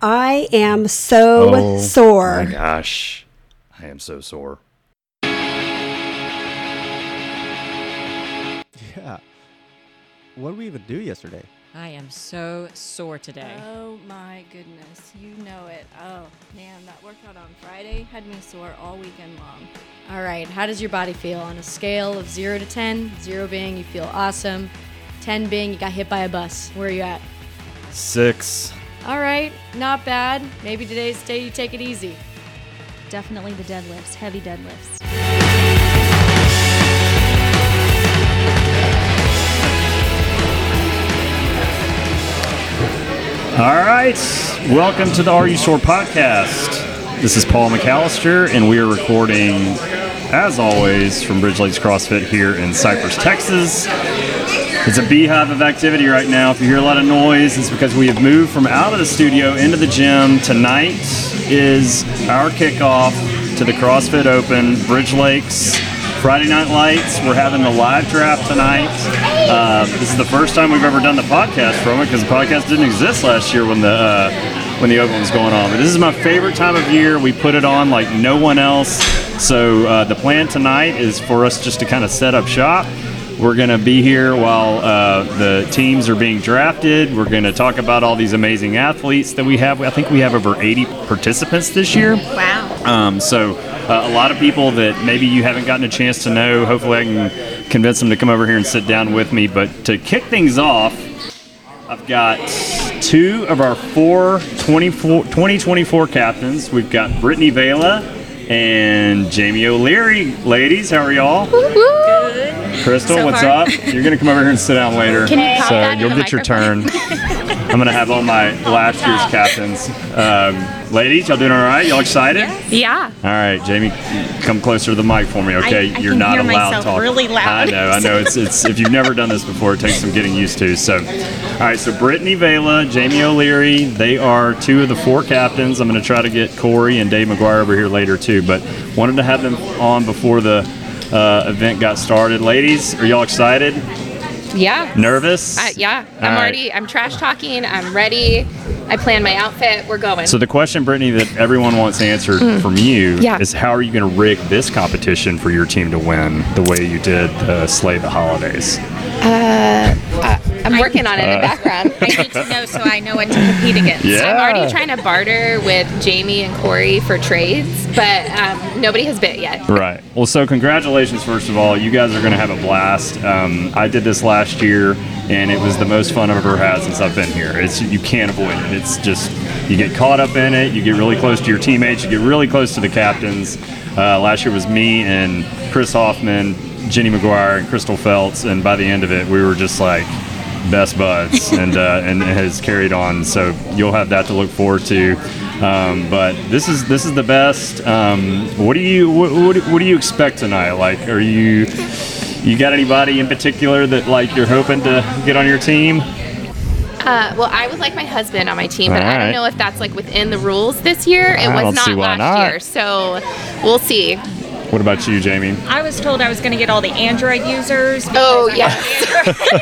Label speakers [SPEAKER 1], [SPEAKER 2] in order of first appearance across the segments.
[SPEAKER 1] I am so
[SPEAKER 2] Oh,
[SPEAKER 1] sore.
[SPEAKER 2] My gosh, I am so sore.
[SPEAKER 3] Yeah. What did we even do yesterday?
[SPEAKER 4] I am so sore today.
[SPEAKER 5] Oh my goodness, you know it. Oh man, that workout on Friday had me sore all weekend long. All right, how does your body feel on a scale of 0 to 10? 0 being you feel awesome, 10 being you got hit by a bus. Where are you at?
[SPEAKER 2] Six.
[SPEAKER 5] All right, not bad. Maybe today's the day you take it easy.
[SPEAKER 6] Definitely the deadlifts, heavy deadlifts.
[SPEAKER 2] All right, welcome to the Are You Sore podcast. This is Paul McAllister, and we are recording, as always, from Bridge Lakes CrossFit here in Cypress, Texas. It's a beehive of activity right now. If you hear a lot of noise, it's because we have moved from out of the studio into the gym. Tonight is our kickoff to the CrossFit Open, Bridge Lakes. Friday Night Lights. We're having the live draft tonight. Uh, this is the first time we've ever done the podcast from it because the podcast didn't exist last year when the uh, when the Open was going on. But this is my favorite time of year. We put it on like no one else. So uh, the plan tonight is for us just to kind of set up shop. We're going to be here while uh, the teams are being drafted. We're going to talk about all these amazing athletes that we have. I think we have over 80 participants this year. Wow. Um, so, uh, a lot of people that maybe you haven't gotten a chance to know. Hopefully, I can convince them to come over here and sit down with me. But to kick things off, I've got two of our four 24 2024 captains. We've got Brittany Vela and Jamie O'Leary. Ladies, how are y'all? Crystal,
[SPEAKER 4] So
[SPEAKER 2] what's
[SPEAKER 4] far.
[SPEAKER 2] up? You're gonna come over here and sit down later.
[SPEAKER 6] Can you pop
[SPEAKER 2] so
[SPEAKER 6] that in
[SPEAKER 2] you'll
[SPEAKER 6] the
[SPEAKER 2] get your turn.
[SPEAKER 6] microphone?
[SPEAKER 2] I'm gonna have all my last year's captains. Um, ladies, y'all doing all right? Y'all excited?
[SPEAKER 6] Yeah.
[SPEAKER 2] All right, Jamie, come closer to the mic for me, okay?
[SPEAKER 6] I
[SPEAKER 2] You're
[SPEAKER 6] can
[SPEAKER 2] not
[SPEAKER 6] hear
[SPEAKER 2] allowed to
[SPEAKER 6] myself
[SPEAKER 2] talk.
[SPEAKER 6] really loud.
[SPEAKER 2] I know, I know. It's it's if you've never done this before, it takes some getting used to. So, all right. So Brittany Vela, Jamie O'Leary, they are two of the four captains. I'm going to try to get Corey and Dave McGuire over here later too, but wanted to have them on before the uh, event got started. Ladies, are y'all excited?
[SPEAKER 7] Yeah.
[SPEAKER 2] Nervous?
[SPEAKER 7] Uh, yeah.
[SPEAKER 2] All
[SPEAKER 7] I'm
[SPEAKER 2] right.
[SPEAKER 7] already, I'm trash talking. I'm ready. I plan my outfit. We're going.
[SPEAKER 2] So the question, Brittany, that everyone wants answered from you
[SPEAKER 7] Yeah.
[SPEAKER 2] is how are you going to rig this competition for your team to win the way you did uh, Slay the Holidays?
[SPEAKER 7] Uh, I'm working on it
[SPEAKER 2] Uh,
[SPEAKER 7] in the background.
[SPEAKER 6] I need to know so I know what to compete against.
[SPEAKER 7] I'm already trying to barter with Jamie and Corey for trades, but um, nobody has bit yet.
[SPEAKER 2] Right. Well, so congratulations, first of all. You guys are going to have a blast. Um, I did this last year, and it was the most fun I've ever had since I've been here. It's you can't avoid it. It's just you get caught up in it. You get really close to your teammates. You get really close to the captains. Uh, last year was me and Chris Hoffman, Jenny McGuire, and Crystal Feltz, and by the end of it, we were just like best buds and uh, and has carried on. So you'll have that to look forward to. Um, but this is this is the best. Um, what do you what, what, do- what do you expect tonight? Like, are you you got anybody in particular that like you're hoping to get on your team?
[SPEAKER 7] Uh, well, I would like my husband on my team, but I
[SPEAKER 2] Alright.
[SPEAKER 7] don't know if that's like within the rules this year. It
[SPEAKER 2] I
[SPEAKER 7] was
[SPEAKER 2] don't
[SPEAKER 7] not
[SPEAKER 2] see why
[SPEAKER 7] last
[SPEAKER 2] not.
[SPEAKER 7] year, so we'll see.
[SPEAKER 2] What about you, Jamie?
[SPEAKER 6] I was told I was going to get all the Android users.
[SPEAKER 7] Oh yes,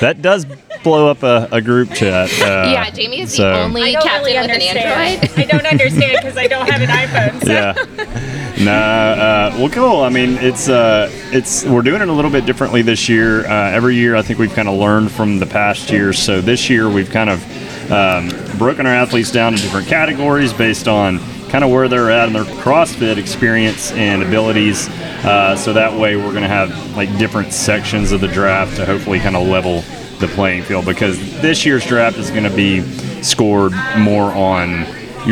[SPEAKER 2] That does blow up a, a group chat. Uh,
[SPEAKER 7] yeah. Jamie is
[SPEAKER 2] so-
[SPEAKER 7] the only
[SPEAKER 6] I don't
[SPEAKER 7] captain
[SPEAKER 6] really
[SPEAKER 7] with an
[SPEAKER 6] understand.
[SPEAKER 7] Android.
[SPEAKER 6] I don't understand because I don't have an iPhone. So.
[SPEAKER 2] yeah. No, uh, well, cool. I mean, it's uh, it's we're doing it a little bit differently this year. Uh, every year, I think we've kind of learned from the past year. So this year, we've kind of um, broken our athletes down into different categories based on kind of where they're at in their CrossFit experience and abilities. Uh, so that way, we're going to have like different sections of the draft to hopefully kind of level the playing field because this year's draft is going to be scored more on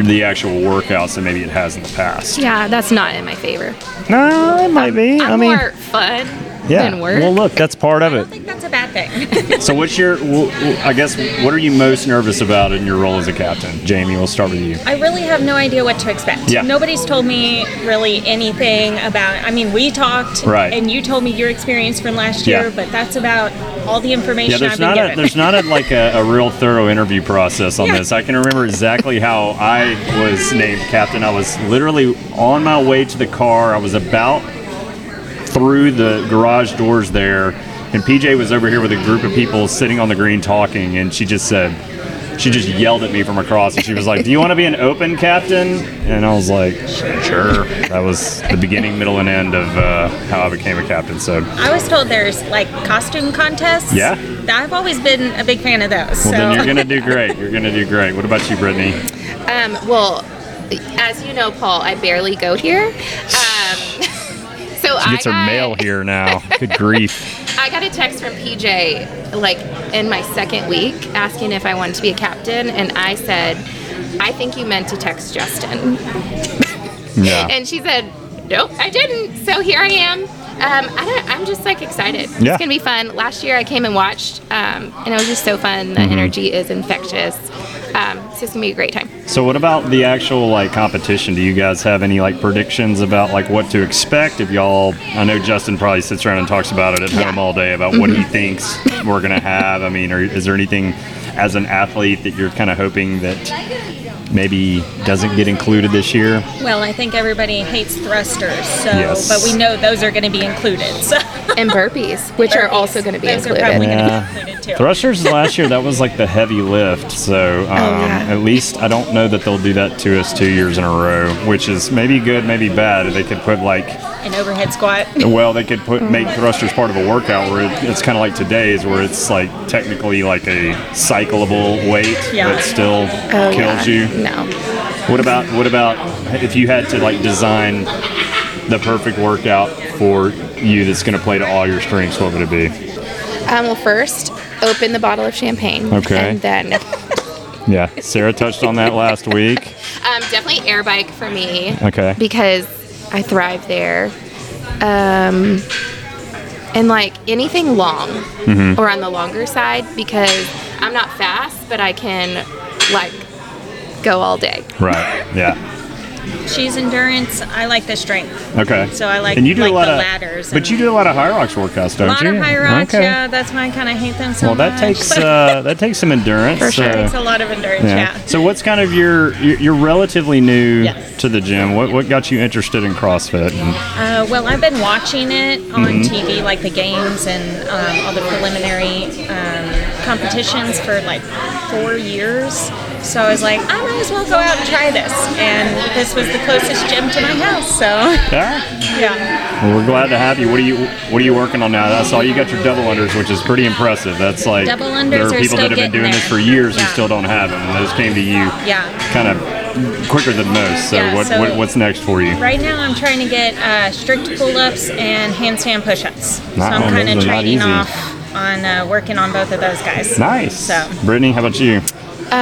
[SPEAKER 2] the actual workouts than maybe it has in the past.
[SPEAKER 7] Yeah, that's not in my favor.
[SPEAKER 2] No, Uh, it might be.
[SPEAKER 7] I'm
[SPEAKER 2] I mean,
[SPEAKER 7] more fun
[SPEAKER 2] yeah.
[SPEAKER 7] than work.
[SPEAKER 2] Well, look, that's part of
[SPEAKER 6] I don't
[SPEAKER 2] it.
[SPEAKER 6] think that's a bad thing.
[SPEAKER 2] So, what's your? wh- wh- I guess what are you most nervous about in your role as a captain, Jamie? We'll start with you.
[SPEAKER 6] I really have no idea what to expect.
[SPEAKER 2] Yeah.
[SPEAKER 6] Nobody's told me really anything about. I mean, we talked,
[SPEAKER 2] Right.
[SPEAKER 6] and you told me your experience from last
[SPEAKER 2] Yeah.
[SPEAKER 6] year, but that's about all the information
[SPEAKER 2] Yeah,
[SPEAKER 6] I've
[SPEAKER 2] there's
[SPEAKER 6] been
[SPEAKER 2] not a
[SPEAKER 6] given.
[SPEAKER 2] there's not a like a, a real thorough interview process on
[SPEAKER 6] Yeah.
[SPEAKER 2] this. I can remember exactly how I was named captain. I was literally on my way to the car. I was about through the garage doors there, and PJ was over here with a group of people sitting on the green talking, and she just said, she just yelled at me from across and she was like, Do you want to be an open captain? And I was like, Sure. That was the beginning, middle, and end of uh, how I became a captain. So,
[SPEAKER 6] I was told there's like costume contests.
[SPEAKER 2] Yeah.
[SPEAKER 6] I've always been a big fan of those. so
[SPEAKER 2] well, then you're going to do great. You're going to do great. What about you, Brittany?
[SPEAKER 7] Um, well, as you know, Paul, I barely go here. Um, so
[SPEAKER 2] She
[SPEAKER 7] I
[SPEAKER 2] gets her
[SPEAKER 7] got-
[SPEAKER 2] mail here now. Good grief.
[SPEAKER 7] I got a text from PJ like in my second week asking if I wanted to be a captain, and I said, "I think you meant to text Justin."
[SPEAKER 2] Yeah.
[SPEAKER 7] And she said, "Nope, I didn't." So here I am. Um, I don't, I'm just like excited.
[SPEAKER 2] Yeah.
[SPEAKER 7] It's gonna be fun. Last year I came and watched, um, and it was just so fun.
[SPEAKER 2] Mm-hmm.
[SPEAKER 7] The energy is infectious. Um, so it's gonna be a great time.
[SPEAKER 2] So, what about the actual like competition? Do you guys have any like predictions about like what to expect? If y'all, I know Justin probably sits around and talks about it at home all day about what he
[SPEAKER 7] Mm-hmm.
[SPEAKER 2] thinks we're gonna have. I mean, or is there anything as an athlete that you're kind of hoping that maybe doesn't get included this year?
[SPEAKER 6] well, I think everybody hates thrusters, so
[SPEAKER 2] Yes.
[SPEAKER 6] but we know those are going to be included. So
[SPEAKER 7] And burpees, which are also gonna be
[SPEAKER 6] Those are
[SPEAKER 7] included.
[SPEAKER 6] probably going to
[SPEAKER 2] Yeah.
[SPEAKER 6] be included too.
[SPEAKER 2] Thrusters last year that was like the heavy lift, so um,
[SPEAKER 7] Oh,
[SPEAKER 2] at least I don't know that they'll do that to us two years in a row, which is maybe good, maybe bad. They could put like
[SPEAKER 6] An overhead squat.
[SPEAKER 2] Well, they could put make thrusters part of a workout where it, it's kind of like today's, where it's like technically like a cyclable weight
[SPEAKER 6] Yeah.
[SPEAKER 2] that still
[SPEAKER 7] Oh, yeah.
[SPEAKER 2] kills you.
[SPEAKER 7] No.
[SPEAKER 2] What about what about if you had to like design the perfect workout for you that's going to play to all your strengths? What would it be?
[SPEAKER 7] Um, well, first open the bottle of champagne.
[SPEAKER 2] Okay.
[SPEAKER 7] And then
[SPEAKER 2] Yeah, Sarah touched on that last week.
[SPEAKER 7] um, definitely air bike for me.
[SPEAKER 2] Okay.
[SPEAKER 7] Because I thrive there. Um, and like anything long
[SPEAKER 2] Mm-hmm.
[SPEAKER 7] or on the longer side because I'm not fast, but I can like go all day.
[SPEAKER 2] Right. Yeah.
[SPEAKER 6] She's endurance. I like the strength.
[SPEAKER 2] Okay.
[SPEAKER 6] So I like-
[SPEAKER 2] and you do
[SPEAKER 6] like
[SPEAKER 2] a lot
[SPEAKER 6] the
[SPEAKER 2] of
[SPEAKER 6] ladders
[SPEAKER 2] but
[SPEAKER 6] and-
[SPEAKER 2] you do a lot of high rocks workouts, don't
[SPEAKER 6] A lot of
[SPEAKER 2] you?
[SPEAKER 6] high rocks.
[SPEAKER 2] Okay.
[SPEAKER 6] Yeah, that's why I kind of hate them so
[SPEAKER 2] Well,
[SPEAKER 6] much.
[SPEAKER 2] that takes
[SPEAKER 6] but
[SPEAKER 2] uh, that takes some endurance.
[SPEAKER 7] For sure.
[SPEAKER 2] uh,
[SPEAKER 6] it takes a lot of endurance.
[SPEAKER 2] Yeah.
[SPEAKER 6] Yeah.
[SPEAKER 2] So what's kind of your you're you're relatively new
[SPEAKER 6] Yes.
[SPEAKER 2] to the gym. What what got you interested in CrossFit? And-
[SPEAKER 6] Uh, well, I've been watching it on
[SPEAKER 2] Mm-hmm.
[SPEAKER 6] TV, like the games and um, all the preliminary um, competitions for like four years. So I was like, I might as well go out and try this. And this was the closest gym to my house. So
[SPEAKER 2] Yeah.
[SPEAKER 6] yeah,
[SPEAKER 2] Well, we're glad to have you. What are you what are you working on now? I saw you got your double unders, which is pretty impressive. That's like
[SPEAKER 6] Double unders
[SPEAKER 2] there are
[SPEAKER 6] are
[SPEAKER 2] people
[SPEAKER 6] still
[SPEAKER 2] that have
[SPEAKER 6] getting
[SPEAKER 2] been doing this
[SPEAKER 6] there.
[SPEAKER 2] for years
[SPEAKER 6] Yeah.
[SPEAKER 2] who still don't have them, and those came to you
[SPEAKER 6] yeah.
[SPEAKER 2] kind of quicker than most. So,
[SPEAKER 6] Yeah,
[SPEAKER 2] what,
[SPEAKER 6] so-
[SPEAKER 2] what what's next for you?
[SPEAKER 6] Right now, I'm trying to get uh, strict pull-ups and handstand push-ups. So
[SPEAKER 2] Wow,
[SPEAKER 6] I'm kind
[SPEAKER 2] those
[SPEAKER 6] of
[SPEAKER 2] are not
[SPEAKER 6] trading
[SPEAKER 2] easy.
[SPEAKER 6] off on uh, working on both of those guys.
[SPEAKER 2] Nice.
[SPEAKER 6] So.
[SPEAKER 2] Brittany, how about you?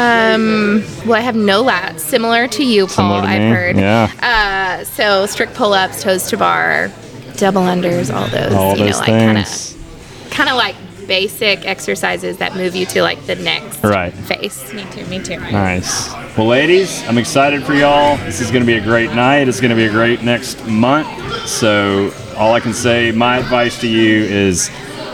[SPEAKER 7] Um, well, I have no lats, similar to you, Paul,
[SPEAKER 2] Similar to
[SPEAKER 7] I've
[SPEAKER 2] me.
[SPEAKER 7] heard.
[SPEAKER 2] Yeah.
[SPEAKER 7] Uh, so strict pull ups, toes to bar, double unders, all those.
[SPEAKER 2] All
[SPEAKER 7] you
[SPEAKER 2] those
[SPEAKER 7] know, like kind of
[SPEAKER 2] things.
[SPEAKER 7] kind of like basic exercises that move you to like the next
[SPEAKER 2] Right.
[SPEAKER 7] phase.
[SPEAKER 6] Me too. Me too.
[SPEAKER 2] Nice. Well, ladies, I'm excited for y'all. This is going to be a great night. It's going to be a great next month. So, all I can say, my advice to you is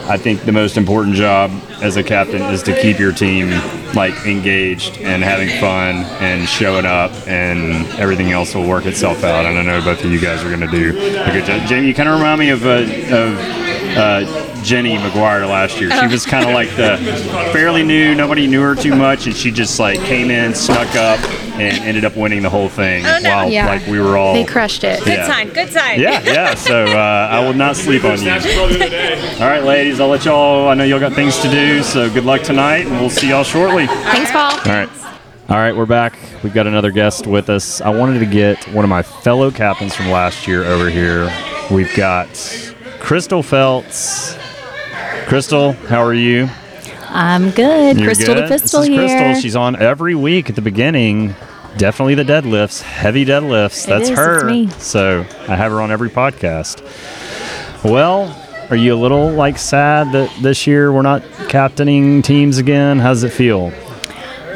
[SPEAKER 2] I think the most important job as a captain is to keep your team like engaged and having fun and showing up and everything else will work itself out. And I know both of you guys are going to do a good job. Jamie, you kind of remind me of, uh, of uh, Jenny McGuire last year. She was kind of like the fairly new, nobody knew her too much, and she just like came in, snuck up, and ended up winning the whole thing
[SPEAKER 6] Oh, no.
[SPEAKER 2] while
[SPEAKER 7] Yeah.
[SPEAKER 2] like we were all.
[SPEAKER 7] They crushed it.
[SPEAKER 6] Good
[SPEAKER 2] Yeah.
[SPEAKER 6] sign. Good sign.
[SPEAKER 2] Yeah, yeah. So uh, I will not sleep on you. All right, ladies, I'll let y'all. I know y'all got things to do, so good luck tonight, and we'll see y'all shortly.
[SPEAKER 7] Thanks, Paul.
[SPEAKER 2] All right. All right, we're back. We've got another guest with us. I wanted to get one of my fellow captains from last year over here. We've got Crystal Feltz. Crystal, how are you?
[SPEAKER 8] I'm good.
[SPEAKER 2] You're
[SPEAKER 8] Crystal
[SPEAKER 2] good?
[SPEAKER 8] to Pistol
[SPEAKER 2] this is
[SPEAKER 8] here.
[SPEAKER 2] Crystal. She's on every week at the beginning. Definitely the deadlifts, heavy deadlifts. That's
[SPEAKER 8] is, it's
[SPEAKER 2] her.
[SPEAKER 8] me.
[SPEAKER 2] So I have her on every podcast. Well, are you a little like sad that this year we're not captaining teams again? How does it feel?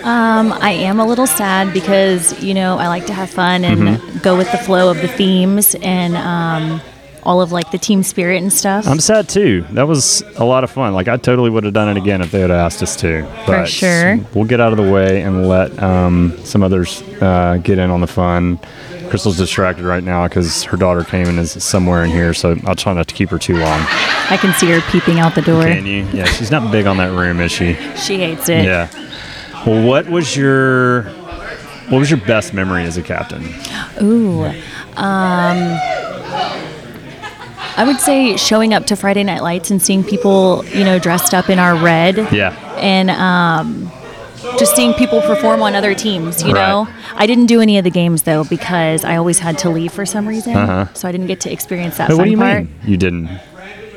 [SPEAKER 8] um, I am a little sad because you know I like to have fun and
[SPEAKER 2] Mm-hmm.
[SPEAKER 8] go with the flow of the themes and um, all of like the team spirit and stuff.
[SPEAKER 2] I'm sad too. That was a lot of fun. Like I totally would have done it again if they had asked us to. But
[SPEAKER 8] sure.
[SPEAKER 2] We'll get out of the way and let um, some others uh, get in on the fun. Crystal's distracted right now because her daughter came and is somewhere in here, so I'll try not to keep her too long.
[SPEAKER 8] I can see her peeping out the door.
[SPEAKER 2] Can you? Yeah, she's not big on that room, is she?
[SPEAKER 8] She hates it.
[SPEAKER 2] Yeah. Well, what was your what was your best memory as a captain?
[SPEAKER 8] Ooh. Um, I would say showing up to Friday Night Lights and seeing people, you know, dressed up in our red.
[SPEAKER 2] Yeah.
[SPEAKER 8] And um, just seeing people perform on other teams, you know? I didn't do any of the games, though, because I always had to leave for some reason.
[SPEAKER 2] Uh-huh.
[SPEAKER 8] So I didn't get to experience that
[SPEAKER 2] But
[SPEAKER 8] fun
[SPEAKER 2] what do you
[SPEAKER 8] part.
[SPEAKER 2] mean you didn't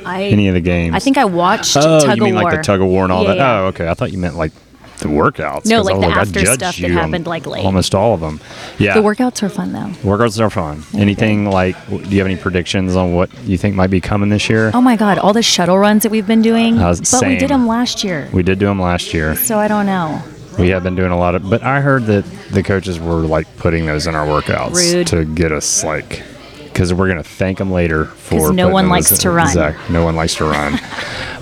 [SPEAKER 8] I,
[SPEAKER 2] any of the games?
[SPEAKER 8] I think I watched
[SPEAKER 2] oh,
[SPEAKER 8] Tug
[SPEAKER 2] you mean
[SPEAKER 8] of War.
[SPEAKER 2] like the tug of war and all
[SPEAKER 8] Yeah,
[SPEAKER 2] that?
[SPEAKER 8] yeah.
[SPEAKER 2] Oh, okay. I thought you meant like the workouts.
[SPEAKER 8] No,
[SPEAKER 2] 'cause
[SPEAKER 8] like
[SPEAKER 2] I
[SPEAKER 8] the
[SPEAKER 2] was
[SPEAKER 8] after
[SPEAKER 2] I judged
[SPEAKER 8] stuff that
[SPEAKER 2] you on
[SPEAKER 8] happened, like, late.
[SPEAKER 2] Almost all of them. Oh, Yeah.
[SPEAKER 8] The workouts were fun, though.
[SPEAKER 2] Workouts are fun. Anything like? w- Do you have any predictions on what you think might be coming this year?
[SPEAKER 8] Oh my God, all the shuttle runs that we've been doing.
[SPEAKER 2] Uh,
[SPEAKER 8] but we
[SPEAKER 2] same.
[SPEAKER 8] did them last year.
[SPEAKER 2] We did do them last year.
[SPEAKER 8] so I don't know.
[SPEAKER 2] We have been doing a lot of, but I heard that the coaches were like putting those in our workouts
[SPEAKER 8] Rude.
[SPEAKER 2] to get us like, because we're gonna thank them later for.
[SPEAKER 8] 'Cause no
[SPEAKER 2] putting
[SPEAKER 8] one
[SPEAKER 2] those
[SPEAKER 8] likes
[SPEAKER 2] in-
[SPEAKER 8] to run.
[SPEAKER 2] Exact- No one likes to run.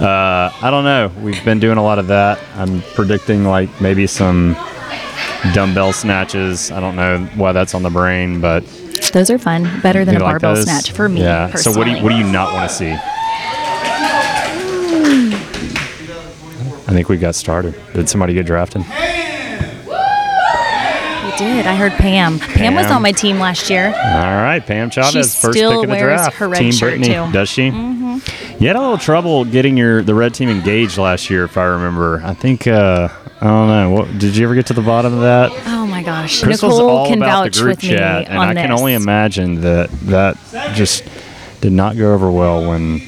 [SPEAKER 2] uh, I don't know. We've been doing a lot of that. I'm predicting like maybe some dumbbell snatches. I don't know why that's on the brain, but
[SPEAKER 8] Those are fun. Better than
[SPEAKER 2] you
[SPEAKER 8] a
[SPEAKER 2] like
[SPEAKER 8] barbell
[SPEAKER 2] those?
[SPEAKER 8] snatch for me.
[SPEAKER 2] Yeah.
[SPEAKER 8] Personally.
[SPEAKER 2] So what do you, what do you not want to see? I think we got started. Did somebody get drafted?
[SPEAKER 8] We did. I heard Pam. Pam. was
[SPEAKER 2] Pam.
[SPEAKER 8] on my team last year.
[SPEAKER 2] All right, Pam Chavez, first
[SPEAKER 8] still
[SPEAKER 2] pick of the
[SPEAKER 8] wears
[SPEAKER 2] draft.
[SPEAKER 8] her red
[SPEAKER 2] team
[SPEAKER 8] shirt,
[SPEAKER 2] Brittany,
[SPEAKER 8] too.
[SPEAKER 2] does she? Mm-hmm. You had a little trouble getting your the red team engaged last year, if I remember. I think uh, I don't know. What, did you ever get to the bottom of that?
[SPEAKER 8] Oh my gosh.
[SPEAKER 2] Chris was
[SPEAKER 8] Nicole
[SPEAKER 2] all
[SPEAKER 8] can
[SPEAKER 2] about
[SPEAKER 8] vouch
[SPEAKER 2] the group
[SPEAKER 8] with me
[SPEAKER 2] chat, and
[SPEAKER 8] on
[SPEAKER 2] I
[SPEAKER 8] this.
[SPEAKER 2] can only imagine that that just did not go over well when.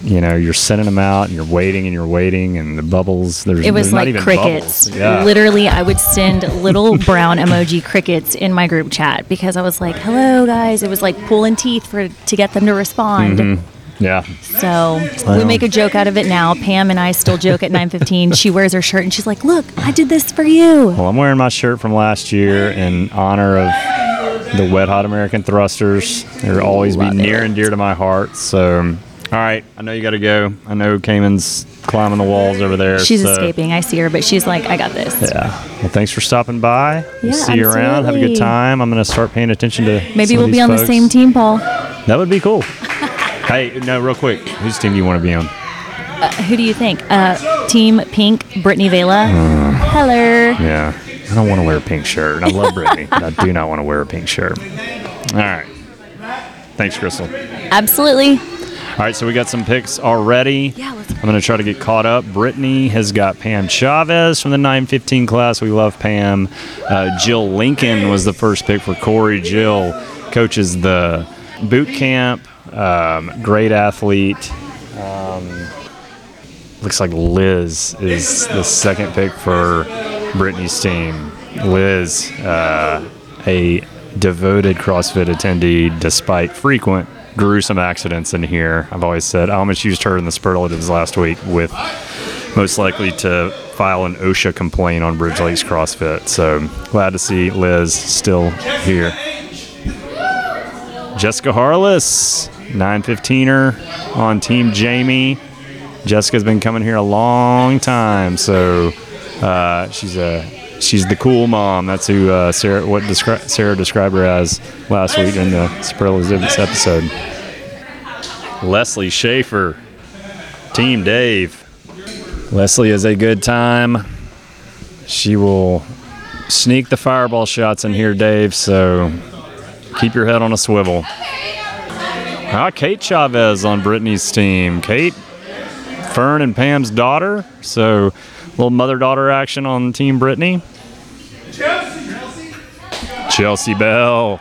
[SPEAKER 2] You know, you're sending them out, and you're waiting, and you're waiting, and the bubbles. There's
[SPEAKER 8] It was
[SPEAKER 2] there's not
[SPEAKER 8] like
[SPEAKER 2] even
[SPEAKER 8] crickets.
[SPEAKER 2] bubbles. Yeah.
[SPEAKER 8] Literally, I would send little brown emoji crickets in my group chat because I was like, "Hello, guys!" It was like pulling teeth for to get them to
[SPEAKER 2] Mm-hmm.
[SPEAKER 8] respond.
[SPEAKER 2] yeah,
[SPEAKER 8] So
[SPEAKER 2] Wow.
[SPEAKER 8] we make a joke out of it now. Pam and I still joke at 9:15. She wears her shirt and she's like, "Look, I did this for you."
[SPEAKER 2] Well, I'm wearing my shirt from last year in honor of the Wet Hot American Thrusters. They'll always be near and dear to my heart. So, um, all right, I know you got to go. I know Cayman's climbing the walls over there.
[SPEAKER 8] She's
[SPEAKER 2] so-
[SPEAKER 8] escaping. I see her, but she's like, "I got this."
[SPEAKER 2] Yeah. Well, thanks for stopping by.
[SPEAKER 8] Yeah,
[SPEAKER 2] We'll see you around. Have a good
[SPEAKER 8] absolutely.
[SPEAKER 2] time. I'm going to start paying attention to.
[SPEAKER 8] Maybe
[SPEAKER 2] some of
[SPEAKER 8] we'll
[SPEAKER 2] these
[SPEAKER 8] be on the
[SPEAKER 2] folks.
[SPEAKER 8] same team, Paul.
[SPEAKER 2] That would be cool. hey, no, real quick. Whose team do you want to be on?
[SPEAKER 8] Who do you think? Uh, team Pink, Brittany Vela, Heller.
[SPEAKER 2] Hmm. Yeah. I don't want to wear a pink shirt. I love Brittany, but I do not want to wear a pink shirt. All right. Thanks, Crystal.
[SPEAKER 8] Absolutely.
[SPEAKER 2] All right, so we got some picks already.
[SPEAKER 8] Yeah, let's
[SPEAKER 2] I'm going to try to get caught up. Brittany has got Pam Chavez from the 915 class. We love Pam. Uh, Jill Lincoln was the first pick for Corey. Jill coaches the boot camp, um, great athlete. Um, looks like Liz is the second pick for Brittany's team. Liz, uh, a devoted CrossFit attendee despite frequent gruesome accidents in here. I've always said I almost used her in the superlatives last week with most likely to file an OSHA complaint on Bridge Lakes CrossFit. So glad to see Liz still here. Jessica Harless, 915er on Team Jamie. Jessica's been coming here a long time, so uh, she's a she's the cool mom. That's who uh, Sarah what descri- Sarah described her as last week in the superlatives episode. Leslie Schaefer, Team Dave. Leslie is a good time. She will sneak the fireball shots in here, Dave. So keep your head on a swivel. Ah, Kate Chavez on Brittany's team. Kate Fern and Pam's daughter. So, little mother daughter action on Team Brittany. Chelsea Bell.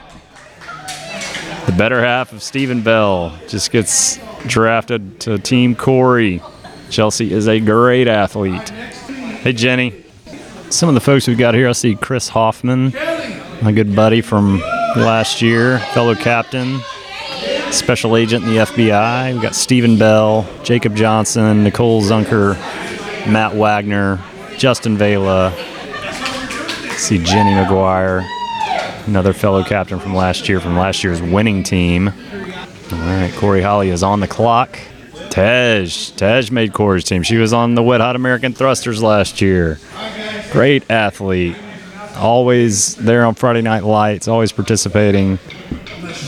[SPEAKER 2] The better half of Stephen Bell just gets drafted to Team Corey. Chelsea is a great athlete. Hey, Jenny. Some of the folks we've got here, I see Chris Hoffman, my good buddy from last year, fellow captain special agent in the FBI. We've got Stephen Bell, Jacob Johnson, Nicole Zunker, Matt Wagner, Justin Vela. See Jenny McGuire, another fellow captain from last year, from last year's winning team. All right, Corey Holly is on the clock. Tej, Tej made Corey's team. She was on the Wet Hot American Thrusters last year. Great athlete. Always there on Friday Night Lights, always participating.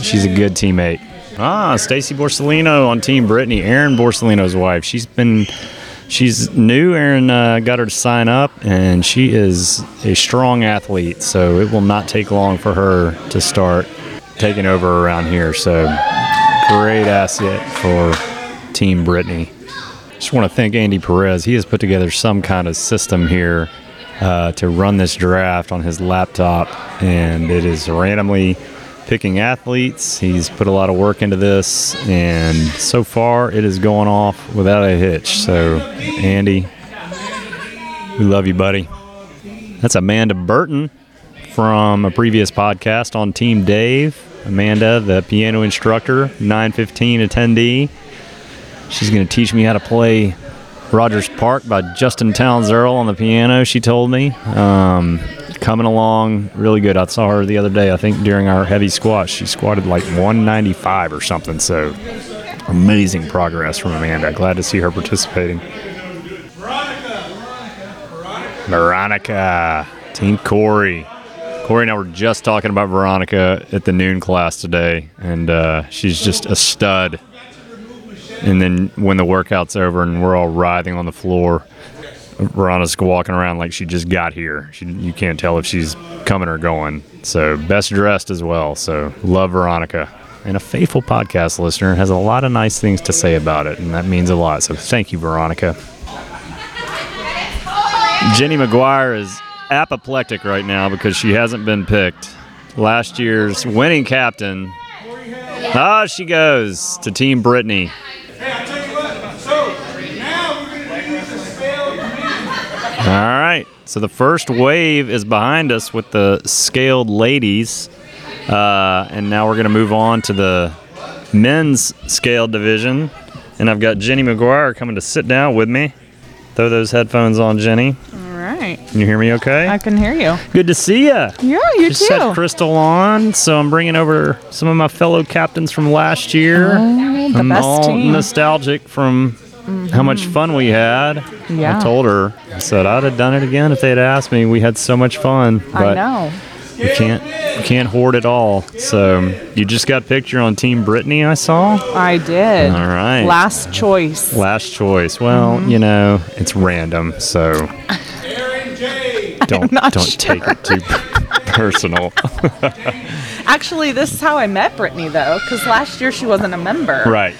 [SPEAKER 2] She's a good teammate. Ah, Stacy Borsellino on Team Brittany, Aaron Borsellino's wife. She's been She's new. Erin uh, got her to sign up, and she is a strong athlete. So it will not take long for her to start taking over around here. So great asset for Team Brittany. Just want to thank Andy Perez. He has put together some kind of system here uh, to run this draft on his laptop, and it is randomly picking athletes. He's put a lot of work into this, and so far it is going off without a hitch. So, Andy, we love you, buddy. That's Amanda Burton from a previous podcast on Team Dave. Amanda, the piano instructor, 915 attendee. She's going to teach me how to play Rogers Park by Justin Towns Earl on the piano, she told me. Um, coming along really good. I saw her the other day, I think during our heavy squat. She squatted like 195 or something. So amazing progress from Amanda. Glad to see her participating. Veronica, Team Corey. Corey and I were just talking about Veronica at the noon class today, and uh, she's just a stud. And then when the workout's over and we're all writhing on the floor, Veronica's walking around like she just got here. She, you can't tell if she's coming or going. So, best dressed as well. So, love Veronica. And a faithful podcast listener has a lot of nice things to say about it, and that means a lot. So, thank you, Veronica. Jenny McGuire is apoplectic right now because she hasn't been picked. Last year's winning captain. Ah, she goes to Team Brittany. All right. So the first wave is behind us with the scaled ladies. Uh, and now we're going to move on to the men's scaled division. And I've got Jenny McGuire coming to sit down with me. Throw those headphones on, Jenny.
[SPEAKER 9] All right.
[SPEAKER 2] Can you hear me okay?
[SPEAKER 9] I can hear you.
[SPEAKER 2] Good to see ya.
[SPEAKER 9] Yeah, you
[SPEAKER 2] Just
[SPEAKER 9] too.
[SPEAKER 2] had Crystal on, so I'm bringing over some of my fellow captains from last year.
[SPEAKER 9] Oh, the
[SPEAKER 2] I'm
[SPEAKER 9] best
[SPEAKER 2] all
[SPEAKER 9] team. Mm-hmm.
[SPEAKER 2] nostalgic from how much fun we had.
[SPEAKER 9] Yeah.
[SPEAKER 2] I told her, I said I'd have done it again if they'd asked me. We had so much fun,
[SPEAKER 9] I
[SPEAKER 2] but
[SPEAKER 9] know.
[SPEAKER 2] we can't we can't hoard it all. So you just got picture on Team Brittany, I saw.
[SPEAKER 9] I did.
[SPEAKER 2] All right.
[SPEAKER 9] Last choice.
[SPEAKER 2] Last choice. Well,
[SPEAKER 9] Mm-hmm.
[SPEAKER 2] you know, it's random, so don't
[SPEAKER 9] not
[SPEAKER 2] don't take it too personal.
[SPEAKER 9] Actually, this is how I met Brittany, though, because last year she wasn't a member.
[SPEAKER 2] right.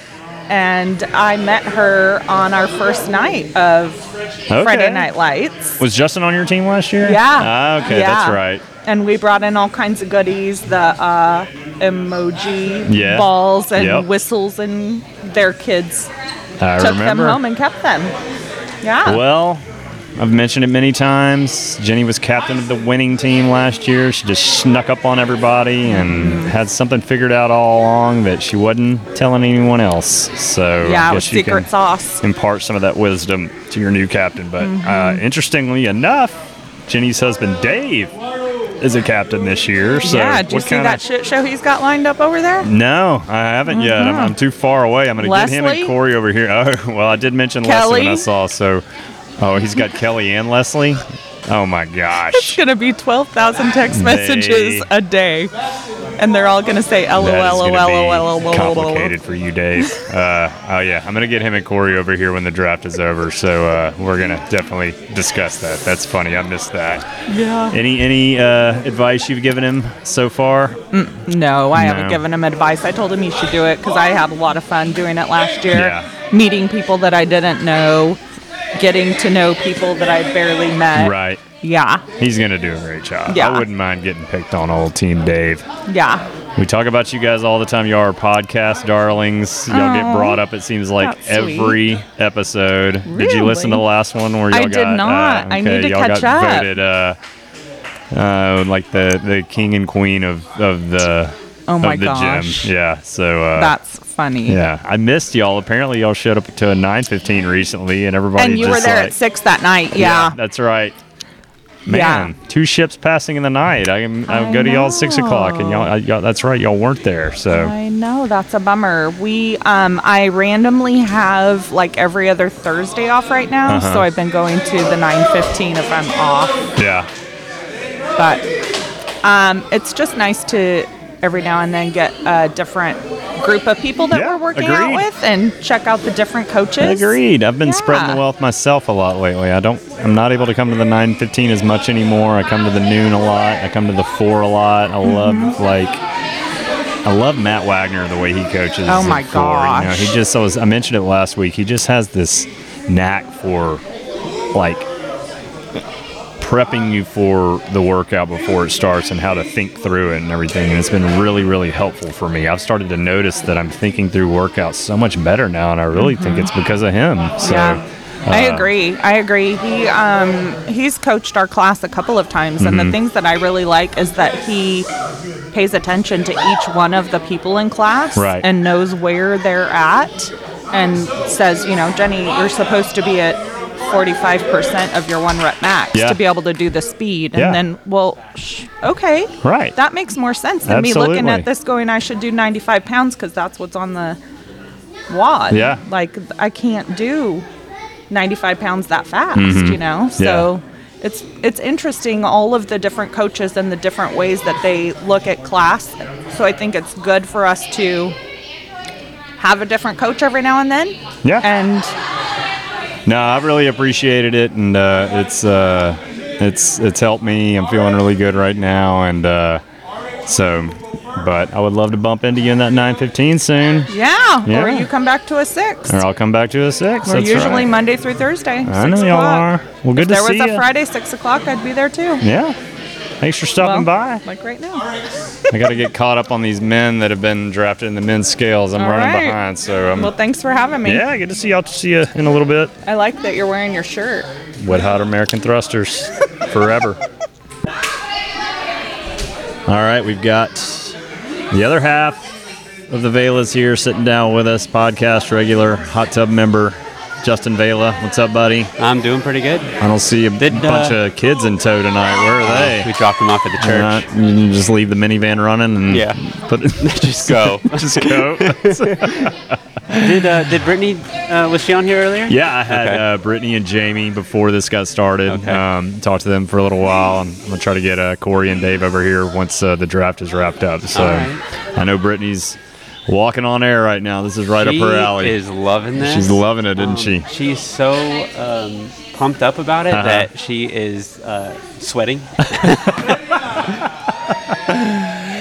[SPEAKER 9] And I met her on our first night of
[SPEAKER 2] Okay.
[SPEAKER 9] Friday Night Lights.
[SPEAKER 2] Was Justin on your team last year?
[SPEAKER 9] Yeah.
[SPEAKER 2] Ah, okay, that's
[SPEAKER 9] Yeah.
[SPEAKER 2] right.
[SPEAKER 9] And we brought in all kinds of goodies the uh, emoji
[SPEAKER 2] Yeah.
[SPEAKER 9] balls and
[SPEAKER 2] Yep.
[SPEAKER 9] whistles, and their kids
[SPEAKER 2] I
[SPEAKER 9] took
[SPEAKER 2] remember.
[SPEAKER 9] them home and kept them. Yeah.
[SPEAKER 2] Well, I've mentioned it many times. Jenny was captain of the winning team last year. She just snuck up on everybody and had something figured out all along that she wasn't telling anyone else. So
[SPEAKER 9] yeah,
[SPEAKER 2] I
[SPEAKER 9] it was
[SPEAKER 2] guess you
[SPEAKER 9] secret
[SPEAKER 2] can
[SPEAKER 9] sauce. Mm-hmm.
[SPEAKER 2] impart some of that wisdom to your new captain. But uh, interestingly enough, Jenny's husband Dave is a captain this year. So
[SPEAKER 9] yeah, did you
[SPEAKER 2] what
[SPEAKER 9] see
[SPEAKER 2] kind
[SPEAKER 9] that shit show he's got lined up over there?
[SPEAKER 2] No, I haven't yet. I'm, I'm too far away. I'm going to get him and
[SPEAKER 9] Leslie?
[SPEAKER 2] Corey over here. Oh, well, I did mention Leslie when I
[SPEAKER 9] Kelly?
[SPEAKER 2] saw. So, oh, he's got Kelly and Leslie. Oh my
[SPEAKER 9] It's
[SPEAKER 2] gosh,
[SPEAKER 9] gonna be twelve thousand text
[SPEAKER 2] They-
[SPEAKER 9] messages a day, and they're all gonna say lol
[SPEAKER 2] that is
[SPEAKER 9] lol
[SPEAKER 2] going
[SPEAKER 9] lol
[SPEAKER 2] to be
[SPEAKER 9] lol.
[SPEAKER 2] complicated for you, Dave. Uh, oh yeah, I'm going to get him and Corey over here when the draft is over. So uh, we're going to definitely discuss that. That's funny. I missed that.
[SPEAKER 9] Yeah.
[SPEAKER 2] Any any uh, advice you've given him so far?
[SPEAKER 9] Mm, No, I
[SPEAKER 2] No.
[SPEAKER 9] haven't given him advice. I told him he should do it because I had a lot of fun doing it last year,
[SPEAKER 2] Yeah.
[SPEAKER 9] meeting people that I didn't know, getting to know people that I barely met.
[SPEAKER 2] Right.
[SPEAKER 9] Yeah,
[SPEAKER 2] He's going to do a great job.
[SPEAKER 9] Yeah.
[SPEAKER 2] I wouldn't mind getting picked on old team Dave.
[SPEAKER 9] yeah.
[SPEAKER 2] We talk about you guys all the time. Y'all are podcast darlings. Y'all get brought up. It seems like
[SPEAKER 9] that's sweet.
[SPEAKER 2] every episode. Did you listen to the
[SPEAKER 9] Really?
[SPEAKER 2] last one where y'all
[SPEAKER 9] I
[SPEAKER 2] got?
[SPEAKER 9] did not.
[SPEAKER 2] Uh,
[SPEAKER 9] I need
[SPEAKER 2] okay,
[SPEAKER 9] to
[SPEAKER 2] y'all
[SPEAKER 9] catch
[SPEAKER 2] got
[SPEAKER 9] up.
[SPEAKER 2] Voted, uh, uh, like the, the king and queen of of the
[SPEAKER 9] Oh my
[SPEAKER 2] of the
[SPEAKER 9] gosh.
[SPEAKER 2] gym. Yeah. So uh,
[SPEAKER 9] That's funny.
[SPEAKER 2] yeah, I missed y'all. Apparently, y'all showed up to a nine fifteen recently, and everybody
[SPEAKER 9] And you
[SPEAKER 2] just
[SPEAKER 9] were there
[SPEAKER 2] like,
[SPEAKER 9] at six that night. Yeah.
[SPEAKER 2] that's right. Man, two ships passing in the night. I, I
[SPEAKER 9] I
[SPEAKER 2] go to y'all at six o'clock, and y'all,
[SPEAKER 9] know.
[SPEAKER 2] I, y'all. That's right, y'all weren't there. So
[SPEAKER 9] I know that's a bummer. We um I randomly have like every other Thursday off right now,
[SPEAKER 2] Uh-huh.
[SPEAKER 9] so I've been going to the 9:15 if I'm off,
[SPEAKER 2] yeah,
[SPEAKER 9] but um it's just nice to every now and then get a different group of people that
[SPEAKER 2] Yeah,
[SPEAKER 9] we're working
[SPEAKER 2] agreed.
[SPEAKER 9] out with and check out the different coaches.
[SPEAKER 2] Agreed. I've been spreading
[SPEAKER 9] Yeah.
[SPEAKER 2] the wealth myself a lot lately. I don't. I'm not able to come to the 9:15 as much anymore. I come to the noon a lot. I come to the four a lot. I love
[SPEAKER 9] Mm-hmm.
[SPEAKER 2] like. I love Matt Wagner the way he coaches.
[SPEAKER 9] Oh
[SPEAKER 2] at
[SPEAKER 9] my
[SPEAKER 2] four, You know,
[SPEAKER 9] gosh.
[SPEAKER 2] he just. I, was, I mentioned it last week. He just has this knack for, like. Prepping you for the workout before it starts and how to think through it and everything. And it's been really, really helpful for me. I've started to notice that I'm thinking through workouts so much better now. And I really think it's because of him. So
[SPEAKER 9] Mm-hmm. Yeah. I
[SPEAKER 2] uh,
[SPEAKER 9] agree. I agree. He um, he's coached our class a couple of times, and
[SPEAKER 2] Mm-hmm.
[SPEAKER 9] the things that I really like is that he pays attention to each one of the people in class
[SPEAKER 2] Right.
[SPEAKER 9] and knows where they're at, and says, you know, Jenny, you're supposed to be at 45% of your one rep max
[SPEAKER 2] Yeah.
[SPEAKER 9] to be able to do the speed, and
[SPEAKER 2] Yeah.
[SPEAKER 9] then well, sh- okay,
[SPEAKER 2] Right.
[SPEAKER 9] that makes more sense than me looking
[SPEAKER 2] Absolutely.
[SPEAKER 9] at this going, I should do 95 pounds because that's what's on the wad.
[SPEAKER 2] Yeah.
[SPEAKER 9] Like I can't do 95 pounds that fast,
[SPEAKER 2] Mm-hmm.
[SPEAKER 9] you know? So it's it's interesting all of the different coaches and the different ways that they look at class. So I think it's good for us to have a different coach every now and then.
[SPEAKER 2] Yeah.
[SPEAKER 9] And
[SPEAKER 2] No, I really appreciated it, and uh, it's uh, it's it's helped me. I'm feeling really good right now, and uh, so. But I would love to bump into you in that 9:15 soon,
[SPEAKER 9] yeah, or
[SPEAKER 2] Yeah.
[SPEAKER 9] you come back to a 6.
[SPEAKER 2] or I'll come back to a 6
[SPEAKER 9] We're
[SPEAKER 2] That's
[SPEAKER 9] usually
[SPEAKER 2] right.
[SPEAKER 9] Monday through Thursday.
[SPEAKER 2] I
[SPEAKER 9] 6
[SPEAKER 2] know y'all
[SPEAKER 9] o'clock.
[SPEAKER 2] are. Well,
[SPEAKER 9] if
[SPEAKER 2] good
[SPEAKER 9] there
[SPEAKER 2] to see
[SPEAKER 9] was a
[SPEAKER 2] ya.
[SPEAKER 9] Friday six o'clock, I'd be there too.
[SPEAKER 2] Yeah. Thanks for stopping
[SPEAKER 9] Well,
[SPEAKER 2] by.
[SPEAKER 9] Like right now.
[SPEAKER 2] I got to get caught up on these men that have been drafted in the men's scales. I'm
[SPEAKER 9] All
[SPEAKER 2] running
[SPEAKER 9] right.
[SPEAKER 2] behind, so I'm.
[SPEAKER 9] Well, thanks for having me.
[SPEAKER 2] yeah, good to see y'all. See you in a little bit.
[SPEAKER 9] I like that you're wearing your shirt.
[SPEAKER 2] Wet Hot American Thrusters forever. All right, we've got the other half of the Velas here sitting down with us, podcast regular, hot tub member, Justin Vela. What's up, buddy?
[SPEAKER 10] I'm doing pretty good.
[SPEAKER 2] I don't see a
[SPEAKER 10] Did, uh,
[SPEAKER 2] bunch of kids in tow tonight. Where are they?
[SPEAKER 10] We dropped them off at the
[SPEAKER 2] You're
[SPEAKER 10] church.
[SPEAKER 2] not- you can just leave the minivan running and
[SPEAKER 10] Yeah.
[SPEAKER 2] put
[SPEAKER 10] Just go.
[SPEAKER 2] just go.
[SPEAKER 10] did uh, did Brittany uh, was she on here earlier?
[SPEAKER 2] Yeah, I had
[SPEAKER 10] Okay.
[SPEAKER 2] uh, Brittany and Jamie before this got started.
[SPEAKER 10] Okay.
[SPEAKER 2] Um, talked to them for a little while, and I'm gonna try to get uh, Corey and Dave over here once uh, the draft is wrapped up. So
[SPEAKER 10] All right.
[SPEAKER 2] I know Brittany's walking on air right now. This is right
[SPEAKER 10] she
[SPEAKER 2] up her alley.
[SPEAKER 10] is loving this.
[SPEAKER 2] She's loving it, isn't
[SPEAKER 10] Um,
[SPEAKER 2] she?
[SPEAKER 10] She's so um, pumped up about it
[SPEAKER 2] Uh-huh.
[SPEAKER 10] that she is uh, sweating. Um,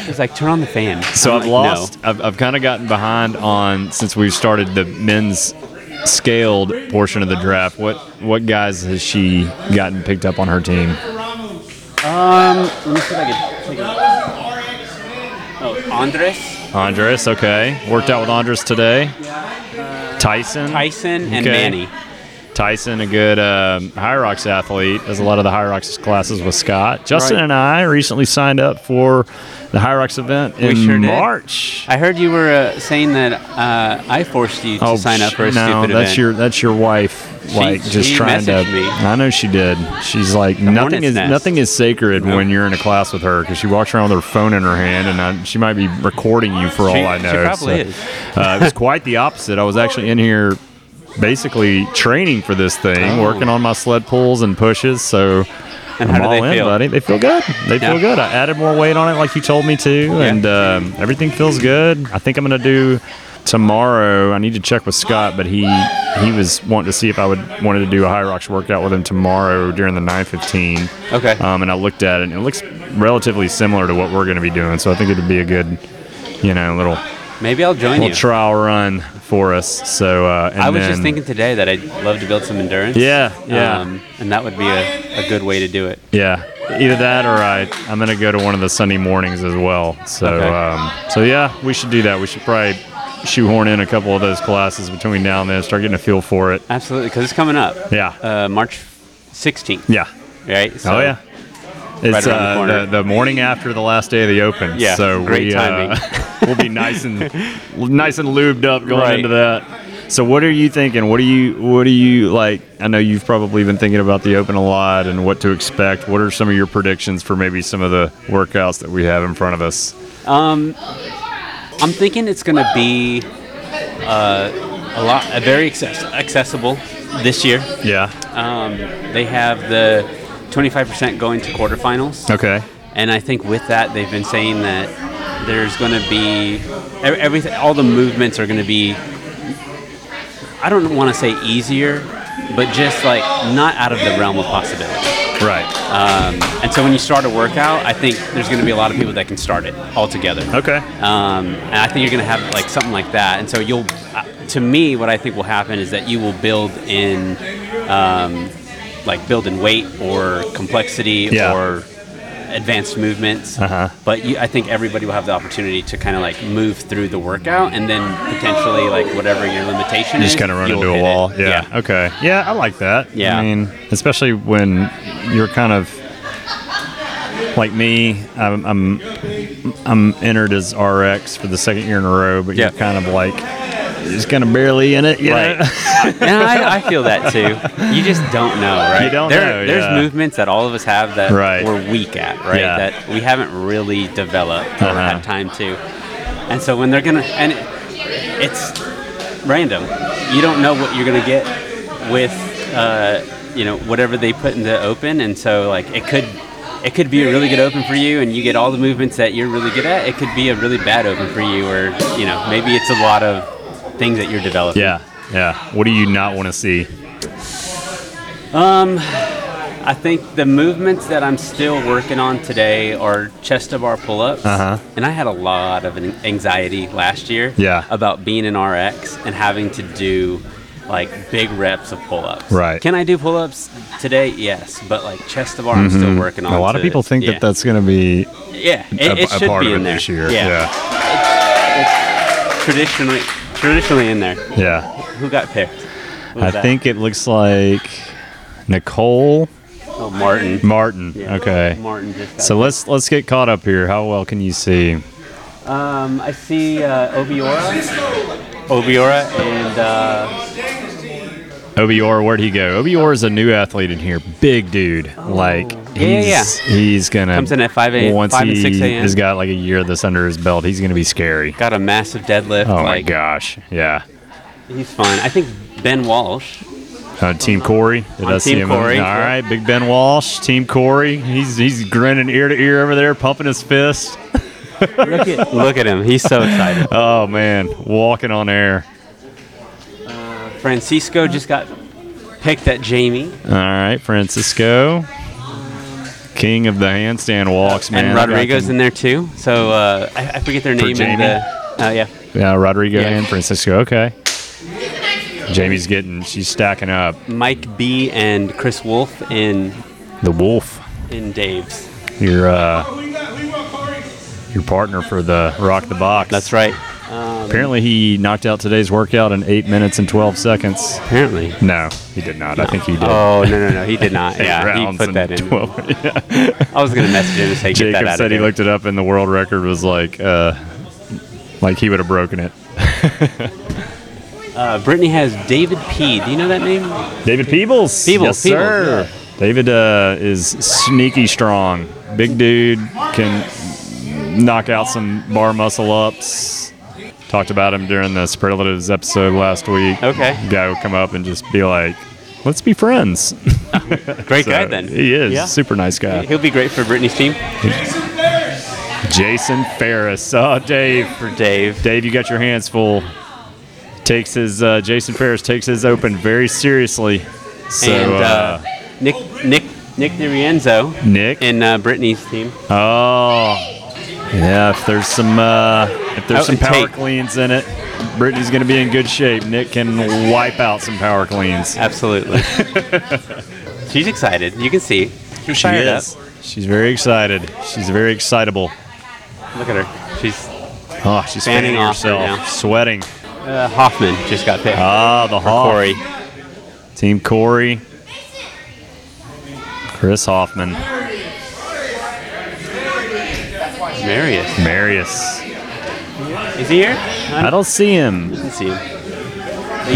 [SPEAKER 10] She's like, turn on the fan.
[SPEAKER 2] So
[SPEAKER 10] I'm
[SPEAKER 2] I've
[SPEAKER 10] like,
[SPEAKER 2] lost. I've, I've kind of gotten behind on since we've started the men's scaled portion of the draft. What what guys has she gotten picked up on her team?
[SPEAKER 10] No. Let me see if I can take a Oh, Andres,
[SPEAKER 2] Andres, okay, worked out with Andres today. Tyson,
[SPEAKER 10] Tyson, and
[SPEAKER 2] Okay.
[SPEAKER 10] Manny.
[SPEAKER 2] Tyson, a good um, High Rocks athlete, does a lot of the High Rocks classes with Scott. Justin
[SPEAKER 10] Right.
[SPEAKER 2] and I recently signed up for the High Rocks event in
[SPEAKER 10] sure did.
[SPEAKER 2] March.
[SPEAKER 10] I heard you were uh, saying that uh, I forced you to sign up for a
[SPEAKER 2] sh- Oh, no,
[SPEAKER 10] stupid
[SPEAKER 2] that's
[SPEAKER 10] event.
[SPEAKER 2] your that's your wife, like just
[SPEAKER 10] she
[SPEAKER 2] trying to.
[SPEAKER 10] messaged me.
[SPEAKER 2] I know she did. She's like nothing
[SPEAKER 10] hornet's
[SPEAKER 2] is
[SPEAKER 10] nest.
[SPEAKER 2] nothing is sacred
[SPEAKER 10] No.
[SPEAKER 2] when you're in a class with her because she walks around with her phone in her hand and I, she might be recording you for
[SPEAKER 10] She-
[SPEAKER 2] all I
[SPEAKER 10] she
[SPEAKER 2] know.
[SPEAKER 10] probably is.
[SPEAKER 2] Uh, it was quite the opposite. I was actually in here. Basically training for this thing,
[SPEAKER 10] Oh.
[SPEAKER 2] working on my sled pulls and pushes. So
[SPEAKER 10] And
[SPEAKER 2] I'm
[SPEAKER 10] how do
[SPEAKER 2] all
[SPEAKER 10] they
[SPEAKER 2] in,
[SPEAKER 10] feel?
[SPEAKER 2] buddy. They feel good. They
[SPEAKER 10] Yeah.
[SPEAKER 2] feel good. I added more weight on it, like you told me to, and um, everything feels good. I think I'm gonna do tomorrow. I need to check with Scott, but he he was wanting to see if I would wanted to do a high rocks workout with him tomorrow during the 9:15.
[SPEAKER 10] Okay.
[SPEAKER 2] Um, and I looked at it, and it looks relatively similar to what we're gonna be doing. So I think it'd be a good, you know, little
[SPEAKER 10] Maybe I'll join
[SPEAKER 2] little
[SPEAKER 10] you.
[SPEAKER 2] trial run for us. So uh, and
[SPEAKER 10] I was just
[SPEAKER 2] then-
[SPEAKER 10] thinking today that I'd love to build some endurance. Um,
[SPEAKER 2] Yeah, yeah.
[SPEAKER 10] and that would be a, a good way to do it.
[SPEAKER 2] Yeah, either that or I I'm gonna go to one of the Sunday mornings as well. So
[SPEAKER 10] Okay.
[SPEAKER 2] um, so yeah, we should do that. We should probably shoehorn in a couple of those classes between now and then. Start getting a feel for it.
[SPEAKER 10] Absolutely, because it's coming up.
[SPEAKER 2] Yeah.
[SPEAKER 10] Uh, March 16th.
[SPEAKER 2] Yeah.
[SPEAKER 10] Right?
[SPEAKER 2] oh yeah.
[SPEAKER 10] around
[SPEAKER 2] It's
[SPEAKER 10] the
[SPEAKER 2] uh,
[SPEAKER 10] corner.
[SPEAKER 2] the, the, morning after the last day of the Open.
[SPEAKER 10] Yeah,
[SPEAKER 2] So
[SPEAKER 10] great
[SPEAKER 2] we,
[SPEAKER 10] timing.
[SPEAKER 2] Uh, we'll be nice and nice and lubed up going
[SPEAKER 10] Right.
[SPEAKER 2] into that. So what are you thinking? What are you what are you like? I know you've probably been thinking about the Open a lot and what to expect. What are some of your predictions for maybe some of the workouts that we have in front of us?
[SPEAKER 10] um, I'm thinking it's going to be uh, a lot, uh, very access- accessible this year.
[SPEAKER 2] Yeah.
[SPEAKER 10] Um, they have the 25% going to quarterfinals.
[SPEAKER 2] Okay.
[SPEAKER 10] And I think with that, they've been saying that There's going to be ev- everything. All the movements are going to be. I don't want to say easier, but just like not out of the realm of possibility.
[SPEAKER 2] Right.
[SPEAKER 10] Um, and so when you start a workout, I think there's going to be a lot of people that can start it all together.
[SPEAKER 2] Okay.
[SPEAKER 10] Um, and I think you're going to have like something like that. And so you'll, uh, to me, what I think will happen is that you will build in, um, like build in weight or complexity
[SPEAKER 2] Yeah.
[SPEAKER 10] or advanced movements.
[SPEAKER 2] Uh-huh.
[SPEAKER 10] But you, I think everybody will have the opportunity to kind of like move through the workout and then potentially like whatever your limitation
[SPEAKER 2] You
[SPEAKER 10] is.
[SPEAKER 2] just kind of run
[SPEAKER 10] you'll
[SPEAKER 2] into a
[SPEAKER 10] hit it.
[SPEAKER 2] wall. Yeah. Okay. Yeah, I like that.
[SPEAKER 10] Yeah.
[SPEAKER 2] I mean, especially when you're kind of like me, I'm I'm, I'm entered as RX for the second year in a row, but
[SPEAKER 10] Yeah.
[SPEAKER 2] you're kind of like just kind of barely in it. You
[SPEAKER 10] Right.
[SPEAKER 2] know?
[SPEAKER 10] yeah, I, I feel that too. You just don't know, right?
[SPEAKER 2] You don't
[SPEAKER 10] There-
[SPEAKER 2] know,
[SPEAKER 10] There's
[SPEAKER 2] yeah.
[SPEAKER 10] movements that all of us have that
[SPEAKER 2] Right.
[SPEAKER 10] we're weak at, right?
[SPEAKER 2] Yeah.
[SPEAKER 10] That we haven't really developed or
[SPEAKER 2] Uh-huh.
[SPEAKER 10] had time to. And so when they're gonna, and it, it's random. You don't know what you're gonna get with, uh, you know, whatever they put in the open. And so like it could. It could be a really good open for you, and you get all the movements that you're really good at. It could be a really bad open for you, or you know, maybe it's a lot of things that you're developing.
[SPEAKER 2] Yeah. Yeah. What do you not want to see?
[SPEAKER 10] Um, I think the movements that I'm still working on today are chest to bar pull ups.
[SPEAKER 2] Uh-huh.
[SPEAKER 10] And I had a lot of an- anxiety last year
[SPEAKER 2] Yeah.
[SPEAKER 10] about being an RX and having to do like big reps of pull ups.
[SPEAKER 2] Right.
[SPEAKER 10] Can I do pull ups today? Yes. But like chest to bar, I'm
[SPEAKER 2] Mm-hmm.
[SPEAKER 10] still working on
[SPEAKER 2] A lot of
[SPEAKER 10] to-
[SPEAKER 2] people think
[SPEAKER 10] yeah.
[SPEAKER 2] that that's going to be
[SPEAKER 10] yeah,
[SPEAKER 2] a,
[SPEAKER 10] it, it
[SPEAKER 2] a
[SPEAKER 10] should
[SPEAKER 2] part
[SPEAKER 10] be
[SPEAKER 2] of
[SPEAKER 10] in
[SPEAKER 2] it
[SPEAKER 10] there.
[SPEAKER 2] this year.
[SPEAKER 10] Yeah. Traditionally, traditionally in there.
[SPEAKER 2] Yeah. yeah.
[SPEAKER 10] Who got picked? Who
[SPEAKER 2] I
[SPEAKER 10] was that?
[SPEAKER 2] think it looks like Nicole
[SPEAKER 10] Oh, Martin.
[SPEAKER 2] Martin.
[SPEAKER 10] Yeah.
[SPEAKER 2] Okay.
[SPEAKER 10] Martin just got
[SPEAKER 2] So let's let's get caught up here. How well can you see?
[SPEAKER 10] Um, I see uh, Obiora. Obiora and uh,
[SPEAKER 2] Obior, where'd he go? Obior is a new athlete in here. Big dude. like
[SPEAKER 10] Oh. Yeah, yeah,
[SPEAKER 2] he's he's gonna
[SPEAKER 10] Comes in at 5 a-
[SPEAKER 2] once
[SPEAKER 10] 5 and
[SPEAKER 2] he
[SPEAKER 10] 6 a.m..
[SPEAKER 2] has got like a year of this under his belt, he's gonna be scary.
[SPEAKER 10] got a massive deadlift.
[SPEAKER 2] Oh my
[SPEAKER 10] like,
[SPEAKER 2] gosh. Yeah.
[SPEAKER 10] He's fun. I think Ben Walsh.
[SPEAKER 2] Uh, Team Corey. Did
[SPEAKER 10] On
[SPEAKER 2] I see
[SPEAKER 10] Team
[SPEAKER 2] him?
[SPEAKER 10] Corey.
[SPEAKER 2] All right, Big Ben Walsh, Team Corey. He's he's grinning ear to ear over there, pumping his fist.
[SPEAKER 10] Look at look at him. He's so excited.
[SPEAKER 2] Oh man, walking on air.
[SPEAKER 10] Francisco just got picked at Jamie
[SPEAKER 2] All right, Francisco. King of the handstand walks, man.
[SPEAKER 10] and
[SPEAKER 2] I got
[SPEAKER 10] Rodrigo's
[SPEAKER 2] them-
[SPEAKER 10] in there too. So uh, I, I forget their
[SPEAKER 2] For
[SPEAKER 10] name. in
[SPEAKER 2] Jamie?
[SPEAKER 10] the, uh, yeah.
[SPEAKER 2] Yeah, Rodrigo
[SPEAKER 10] Yeah.
[SPEAKER 2] and Francisco. Okay. Jamie's getting, she's stacking up.
[SPEAKER 10] Mike B and Chris Wolf in
[SPEAKER 2] The Wolf,
[SPEAKER 10] in Dave's.
[SPEAKER 2] your uh, your partner for the Rock the Box.
[SPEAKER 10] That's right. Um,
[SPEAKER 2] Apparently, he knocked out today's workout in eight minutes and twelve seconds.
[SPEAKER 10] apparently.
[SPEAKER 2] No, he did not. I think he did.
[SPEAKER 10] Oh no no no! He did not.
[SPEAKER 2] Eight
[SPEAKER 10] yeah, he
[SPEAKER 2] rounds
[SPEAKER 10] put
[SPEAKER 2] and
[SPEAKER 10] that in.
[SPEAKER 2] 12 yeah.
[SPEAKER 10] I was gonna message him and say get that
[SPEAKER 2] Jacob
[SPEAKER 10] out
[SPEAKER 2] said
[SPEAKER 10] of
[SPEAKER 2] he
[SPEAKER 10] here.
[SPEAKER 2] looked it up, and the world record was like, uh, like he would have broken it.
[SPEAKER 10] Uh, Brittany has David P. Do you know that name?
[SPEAKER 2] David Peebles.
[SPEAKER 10] Peebles,
[SPEAKER 2] Yes, sir.
[SPEAKER 10] Peebles,
[SPEAKER 2] David uh, is sneaky strong. Big dude, can knock out some bar muscle ups. Talked about him during the Superlatives episode last week.
[SPEAKER 10] Okay.
[SPEAKER 2] Guy would come up and just be like, let's be friends.
[SPEAKER 10] Great
[SPEAKER 2] So,
[SPEAKER 10] guy then.
[SPEAKER 2] He is.
[SPEAKER 10] Yeah.
[SPEAKER 2] Super nice guy.
[SPEAKER 10] He'll be great for Brittany's team.
[SPEAKER 2] Jason Ferris. Oh, Dave.
[SPEAKER 10] For Dave.
[SPEAKER 2] Dave, you got your hands full. Takes his, uh, Jason Ferris takes his open very seriously. So,
[SPEAKER 10] and uh,
[SPEAKER 2] uh,
[SPEAKER 10] Nick Nick Nick DiRienzo
[SPEAKER 2] Nick.
[SPEAKER 10] in uh, Brittany's team.
[SPEAKER 2] Oh, yeah. If there's some uh, if there's
[SPEAKER 10] Oh,
[SPEAKER 2] some
[SPEAKER 10] and
[SPEAKER 2] power
[SPEAKER 10] Tate.
[SPEAKER 2] cleans in it, Brittany's gonna be in good shape. Nick can wipe out some power cleans.
[SPEAKER 10] Absolutely. She's excited. You can see. She's fired up.
[SPEAKER 2] She's very excited. She's very excitable.
[SPEAKER 10] Look at her. She's
[SPEAKER 2] Oh, she's fanning,
[SPEAKER 10] Fanning off
[SPEAKER 2] herself,
[SPEAKER 10] right now.
[SPEAKER 2] sweating.
[SPEAKER 10] uh, Hoffman just got picked.
[SPEAKER 2] Ah, the
[SPEAKER 10] for
[SPEAKER 2] Hawk.
[SPEAKER 10] Corey.
[SPEAKER 2] Team Corey. Chris Hoffman.
[SPEAKER 10] Marius.
[SPEAKER 2] Marius.
[SPEAKER 10] Is he here? I
[SPEAKER 2] I don't see him.
[SPEAKER 10] didn't see him. He's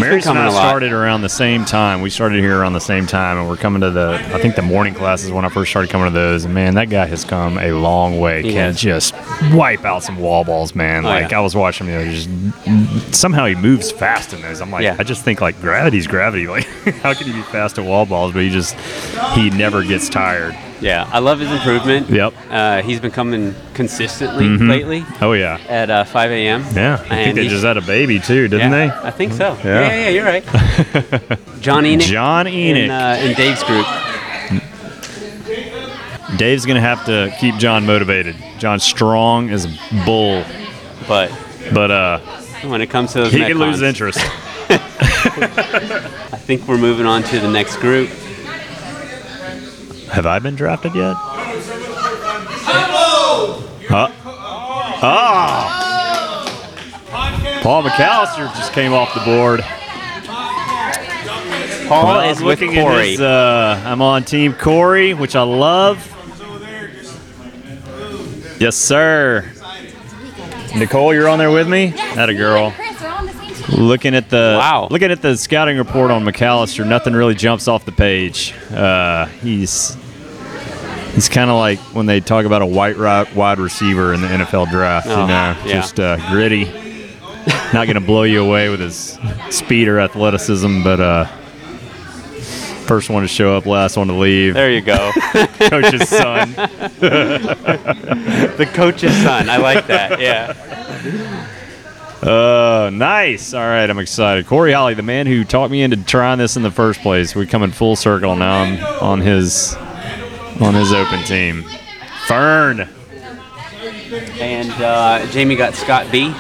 [SPEAKER 10] been
[SPEAKER 2] Marius and
[SPEAKER 10] coming
[SPEAKER 2] I
[SPEAKER 10] a lot.
[SPEAKER 2] started around the same time. We started here around the same time, and we're coming to the. I think the morning classes when I first started coming to those. And man, that guy has come a long way.
[SPEAKER 10] He
[SPEAKER 2] Can
[SPEAKER 10] has.
[SPEAKER 2] just wipe out some wall balls, man.
[SPEAKER 10] Oh,
[SPEAKER 2] like
[SPEAKER 10] yeah.
[SPEAKER 2] I was watching him, you know, just somehow he moves fast in those. I'm like,
[SPEAKER 10] Yeah.
[SPEAKER 2] I just think like gravity's gravity. Like, how can he be fast at wall balls? But he just he never gets tired.
[SPEAKER 10] Yeah, I love his improvement.
[SPEAKER 2] Yep.
[SPEAKER 10] Uh, he's been coming consistently
[SPEAKER 2] Mhm.
[SPEAKER 10] lately
[SPEAKER 2] Oh yeah.
[SPEAKER 10] at uh, 5 a.m.
[SPEAKER 2] Yeah. I think
[SPEAKER 10] And
[SPEAKER 2] they
[SPEAKER 10] he-
[SPEAKER 2] just had a baby too, didn't
[SPEAKER 10] yeah,
[SPEAKER 2] they?
[SPEAKER 10] I think so.
[SPEAKER 2] Yeah.
[SPEAKER 10] Yeah, yeah, you're right. John Enoch.
[SPEAKER 2] John
[SPEAKER 10] In, uh, in Dave's group.
[SPEAKER 2] Dave's gonna have to keep John motivated. John's strong as a bull,
[SPEAKER 10] But
[SPEAKER 2] but uh,
[SPEAKER 10] when it comes to those
[SPEAKER 2] he
[SPEAKER 10] Metcons,
[SPEAKER 2] can lose interest.
[SPEAKER 10] I think we're moving on to the next group.
[SPEAKER 2] Have I been drafted yet? Huh? uh, Ah! Paul McAllister just came off the board.
[SPEAKER 10] Paul
[SPEAKER 2] Well, I'm
[SPEAKER 10] is with
[SPEAKER 2] looking at
[SPEAKER 10] Corey.
[SPEAKER 2] his, uh, I'm on Team Corey, which I love. Yes, sir. Nicole, you're on there with me. That a girl. Looking at the
[SPEAKER 10] Wow.
[SPEAKER 2] looking at the scouting report on McAllister, nothing really jumps off the page. Uh, he's he's kind of like when they talk about a white ri- wide receiver in the NFL draft. you
[SPEAKER 10] Oh,
[SPEAKER 2] know,
[SPEAKER 10] yeah.
[SPEAKER 2] just uh, gritty. Not going to blow you away with his speed or athleticism, but uh, first one to show up, last one to leave.
[SPEAKER 10] there you go.
[SPEAKER 2] Coach's son.
[SPEAKER 10] the coach's son. I like that. Yeah.
[SPEAKER 2] Uh, nice. All right, I'm excited. Corey Holly, the man who talked me into trying this in the first place, we come in full circle now. I'm on his on his open team. Fern.
[SPEAKER 10] And uh, Jamie got Scott B.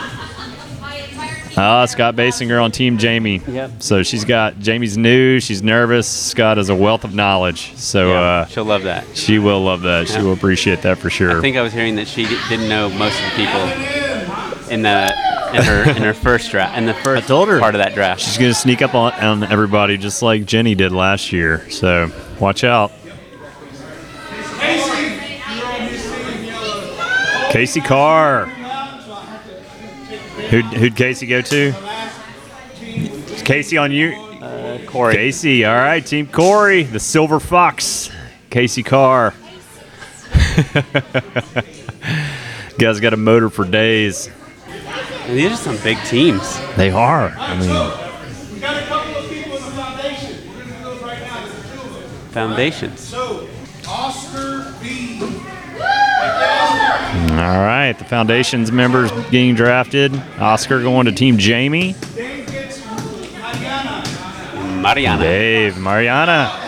[SPEAKER 2] Ah, Scott Basinger on Team Jamie.
[SPEAKER 10] Yep.
[SPEAKER 2] So she's got Jamie's new. She's nervous. Scott has a wealth of knowledge. So
[SPEAKER 10] Yeah,
[SPEAKER 2] uh,
[SPEAKER 10] she'll love that.
[SPEAKER 2] she will love that. She
[SPEAKER 10] Yeah.
[SPEAKER 2] will appreciate that for sure.
[SPEAKER 10] I think I was hearing that she di- didn't know most of the people in the in her in her first draft in the first
[SPEAKER 2] told her.
[SPEAKER 10] part of that draft.
[SPEAKER 2] She's gonna sneak up on, on everybody just like Jenny did last year. So watch out. Casey Carr. Who'd, who'd Casey go to? Is Casey on you?
[SPEAKER 10] Uh,
[SPEAKER 2] Corey. Casey, all right, Team Corey, the Silver Fox. Casey Carr. Guys got a motor for days.
[SPEAKER 10] And these are some big teams.
[SPEAKER 2] They are. I mean,
[SPEAKER 10] Foundations.
[SPEAKER 2] all right. The foundation's members getting drafted. Oscar going to Team Jamie.
[SPEAKER 10] Mariana.
[SPEAKER 2] Dave, Mariana.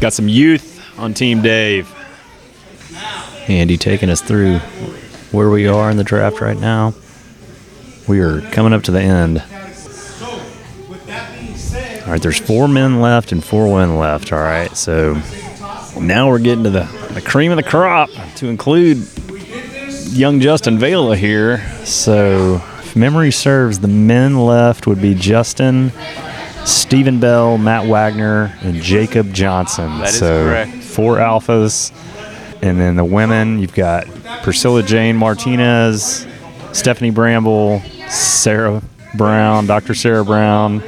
[SPEAKER 2] Got some youth on Team Dave. Andy taking us through where we are in the draft right now. We are coming up to the end. All right, there's four men left and four women left. All right, so now we're getting to the, the cream of the crop to include young Justin Vela here. So, if memory serves, the men left would be Justin, Stephen Bell, Matt Wagner, and Jacob Johnson.
[SPEAKER 10] That is
[SPEAKER 2] so,
[SPEAKER 10] correct.
[SPEAKER 2] four alphas. And then the women, you've got Priscilla Jane Martinez, Stephanie Bramble, Sarah Brown, Dr. Sarah Brown,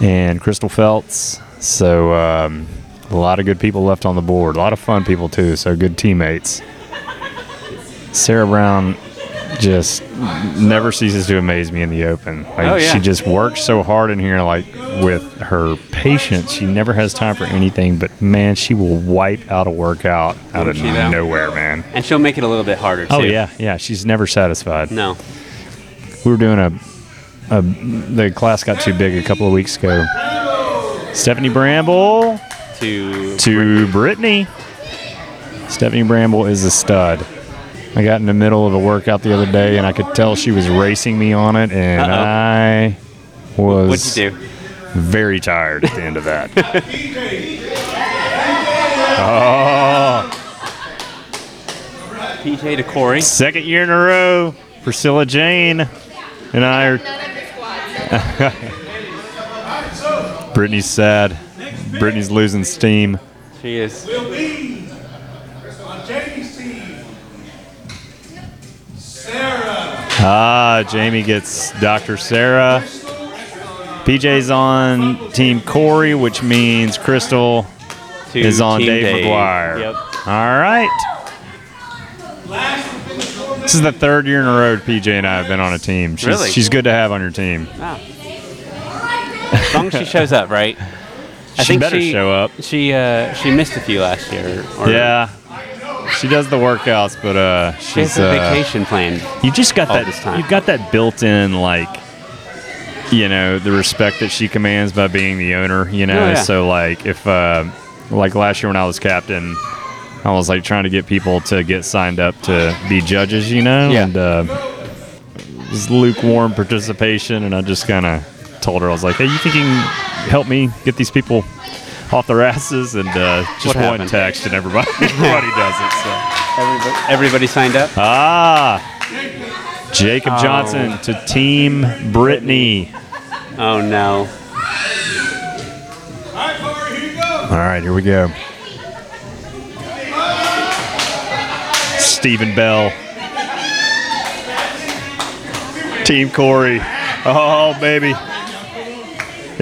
[SPEAKER 2] and Crystal Feltz. So, um, a lot of good people left on the board. A lot of fun people, too. So, good teammates. Sarah Brown just never ceases to amaze me in the open. Like
[SPEAKER 10] Oh, yeah.
[SPEAKER 2] she just works so hard in here like with her patience. She never has time for anything, but man, she will wipe out a workout out of
[SPEAKER 10] She will.
[SPEAKER 2] nowhere, man.
[SPEAKER 10] And she'll make it a little bit harder too.
[SPEAKER 2] Oh yeah, yeah, she's never satisfied.
[SPEAKER 10] No.
[SPEAKER 2] We were doing a, a the class got too big a couple of weeks ago. Stephanie Bramble
[SPEAKER 10] To
[SPEAKER 2] to Brittany. Stephanie Bramble is a stud. I got in the middle of a workout the other day and I could tell she was racing me on it, and
[SPEAKER 10] Uh-oh.
[SPEAKER 2] I
[SPEAKER 10] what'd
[SPEAKER 2] was
[SPEAKER 10] you do?
[SPEAKER 2] very tired at the end of that.
[SPEAKER 10] PJ Oh. to Corey.
[SPEAKER 2] Second year in a row, Priscilla Jane and I are. Brittany's sad. Brittany's losing steam.
[SPEAKER 10] She is.
[SPEAKER 2] Ah, Jamie gets Dr. Sarah. PJ's on Team Corey, which means Crystal
[SPEAKER 10] To
[SPEAKER 2] is on
[SPEAKER 10] Team
[SPEAKER 2] Dave, McGuire.
[SPEAKER 10] Yep.
[SPEAKER 2] All right. This is the third year in a row PJ and I have been on a team. She's,
[SPEAKER 10] Really?
[SPEAKER 2] she's good to have on your team.
[SPEAKER 10] As long as she shows up, right? I
[SPEAKER 2] She
[SPEAKER 10] think
[SPEAKER 2] better
[SPEAKER 10] she,
[SPEAKER 2] show up.
[SPEAKER 10] She uh, she missed a few last year. Or
[SPEAKER 2] Yeah. She does the workouts, but uh, she's
[SPEAKER 10] she has a
[SPEAKER 2] uh,
[SPEAKER 10] vacation planned.
[SPEAKER 2] You just got
[SPEAKER 10] all
[SPEAKER 2] that.
[SPEAKER 10] this time.
[SPEAKER 2] You've got that built-in like, you know, the respect that she commands by being the owner. You know,
[SPEAKER 10] Oh, yeah.
[SPEAKER 2] so like if uh, like last year when I was captain, I was like trying to get people to get signed up to be judges. You know,
[SPEAKER 10] Yeah.
[SPEAKER 2] and uh, it was lukewarm participation, and I just kind of told her I was like, "Hey, you think you can help me get these people?" Off their asses and uh, just
[SPEAKER 10] What
[SPEAKER 2] one
[SPEAKER 10] happened?
[SPEAKER 2] text and everybody everybody does it. So.
[SPEAKER 10] Everybody, everybody signed up.
[SPEAKER 2] Ah, Jacob
[SPEAKER 10] Oh.
[SPEAKER 2] Johnson to Team Brittany.
[SPEAKER 10] Oh no.
[SPEAKER 2] All right, here we go. Stephen Bell. Team Corey. Oh, baby.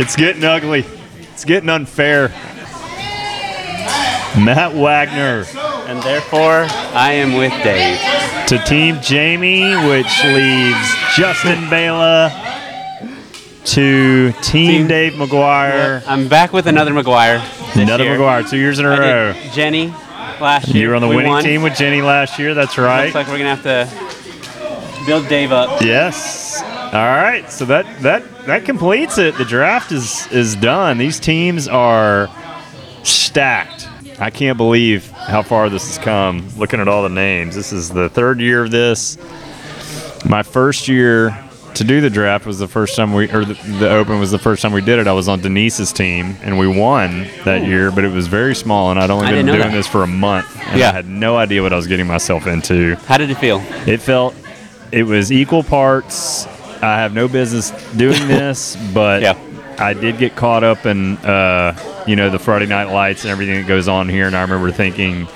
[SPEAKER 2] It's getting ugly. It's getting unfair. Matt Wagner
[SPEAKER 10] And therefore, I am with Dave.
[SPEAKER 2] to Team Jamie, which leaves Justin Bela to Team, Dave McGuire.
[SPEAKER 10] I'm back with another McGuire. this
[SPEAKER 2] Another
[SPEAKER 10] year.
[SPEAKER 2] McGuire, two years in a
[SPEAKER 10] I
[SPEAKER 2] row.
[SPEAKER 10] did Jenny last year.
[SPEAKER 2] You were on the
[SPEAKER 10] we
[SPEAKER 2] winning
[SPEAKER 10] won.
[SPEAKER 2] team with Jenny last year. That's right.
[SPEAKER 10] Looks like we're gonna have to build Dave up.
[SPEAKER 2] yes. All right. So that that that completes it. The draft is is done. These teams are stacked. I can't believe how far this has come. Looking at all the names, this is the third year of this. My first year to do the draft was the first time we, or the, the open was the first time we did it. I was on Denise's team and we won that year, but it was very small and I'd only
[SPEAKER 10] I didn't
[SPEAKER 2] been
[SPEAKER 10] know
[SPEAKER 2] doing
[SPEAKER 10] that.
[SPEAKER 2] this for a month. And I
[SPEAKER 10] Yeah.
[SPEAKER 2] had no idea what I was getting myself into.
[SPEAKER 10] How did it feel?
[SPEAKER 2] It felt it was equal parts. I have no business doing this, but
[SPEAKER 10] Yeah.
[SPEAKER 2] I did get caught up in uh, you know the Friday night lights and everything that goes on here, and I remember thinking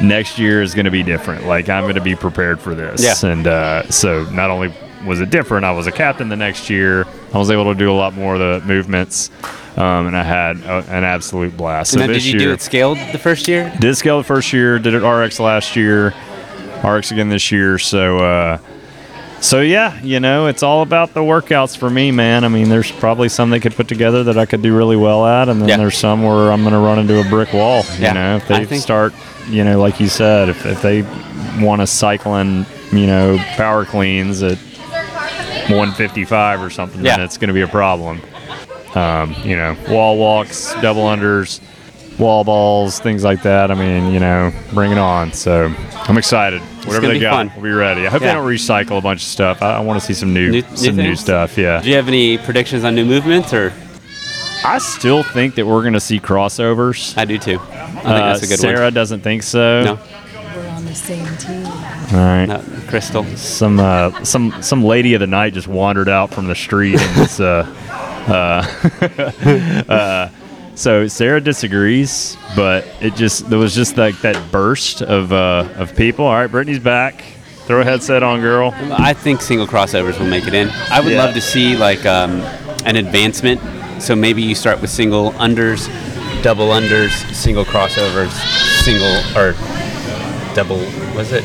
[SPEAKER 2] next year is going to be different. Like I'm going to be prepared for this,
[SPEAKER 10] Yeah.
[SPEAKER 2] and uh, so not only was it different, I was a captain the next year. I was able to do a lot more of the movements, um, and I had a, an absolute blast.
[SPEAKER 10] now,
[SPEAKER 2] so
[SPEAKER 10] did
[SPEAKER 2] this
[SPEAKER 10] you
[SPEAKER 2] year,
[SPEAKER 10] do it scaled the first year?
[SPEAKER 2] did scale the first year, did it RX last year, RX again this year. So, uh, so yeah, you know, it's all about the workouts for me, man. I mean, there's probably some they could put together that I could do really well at, and then
[SPEAKER 10] Yeah.
[SPEAKER 2] there's some where I'm going to run into a brick wall. You
[SPEAKER 10] Yeah,
[SPEAKER 2] know, if
[SPEAKER 10] I
[SPEAKER 2] they
[SPEAKER 10] think-
[SPEAKER 2] start, you know, like you said, if, if they want to cycle in, you know, power cleans at 155 or something,
[SPEAKER 10] Yeah.
[SPEAKER 2] then it's going to be a problem. Um, you know, wall walks, double unders, wall balls, things like that. I mean, you know, bring it on. So I'm excited. Whatever
[SPEAKER 10] gonna
[SPEAKER 2] they
[SPEAKER 10] be
[SPEAKER 2] got,
[SPEAKER 10] fun.
[SPEAKER 2] we'll be ready. I hope
[SPEAKER 10] Yeah.
[SPEAKER 2] they don't recycle a bunch of stuff. I, I want to see some new,
[SPEAKER 10] New- new
[SPEAKER 2] some new
[SPEAKER 10] things?
[SPEAKER 2] stuff. Yeah.
[SPEAKER 10] Do you have any predictions on new movements, or
[SPEAKER 2] I still think that we're going to see crossovers.
[SPEAKER 10] I do too. I think
[SPEAKER 2] Uh,
[SPEAKER 10] that's a good
[SPEAKER 2] Sarah doesn't think so.
[SPEAKER 10] one. No,
[SPEAKER 2] All right.
[SPEAKER 10] no, Crystal.
[SPEAKER 2] Some uh, some some lady of the night just wandered out from the street and it's uh, uh, uh, so Sarah disagrees, but it just there was just like that burst of uh, of people. All right, Brittany's back. Throw a headset on, girl.
[SPEAKER 10] I think single crossovers will make it in. I would
[SPEAKER 2] Yeah.
[SPEAKER 10] love to see like um, an advancement. So maybe you start with single unders, double unders, single crossovers, single or double. Was it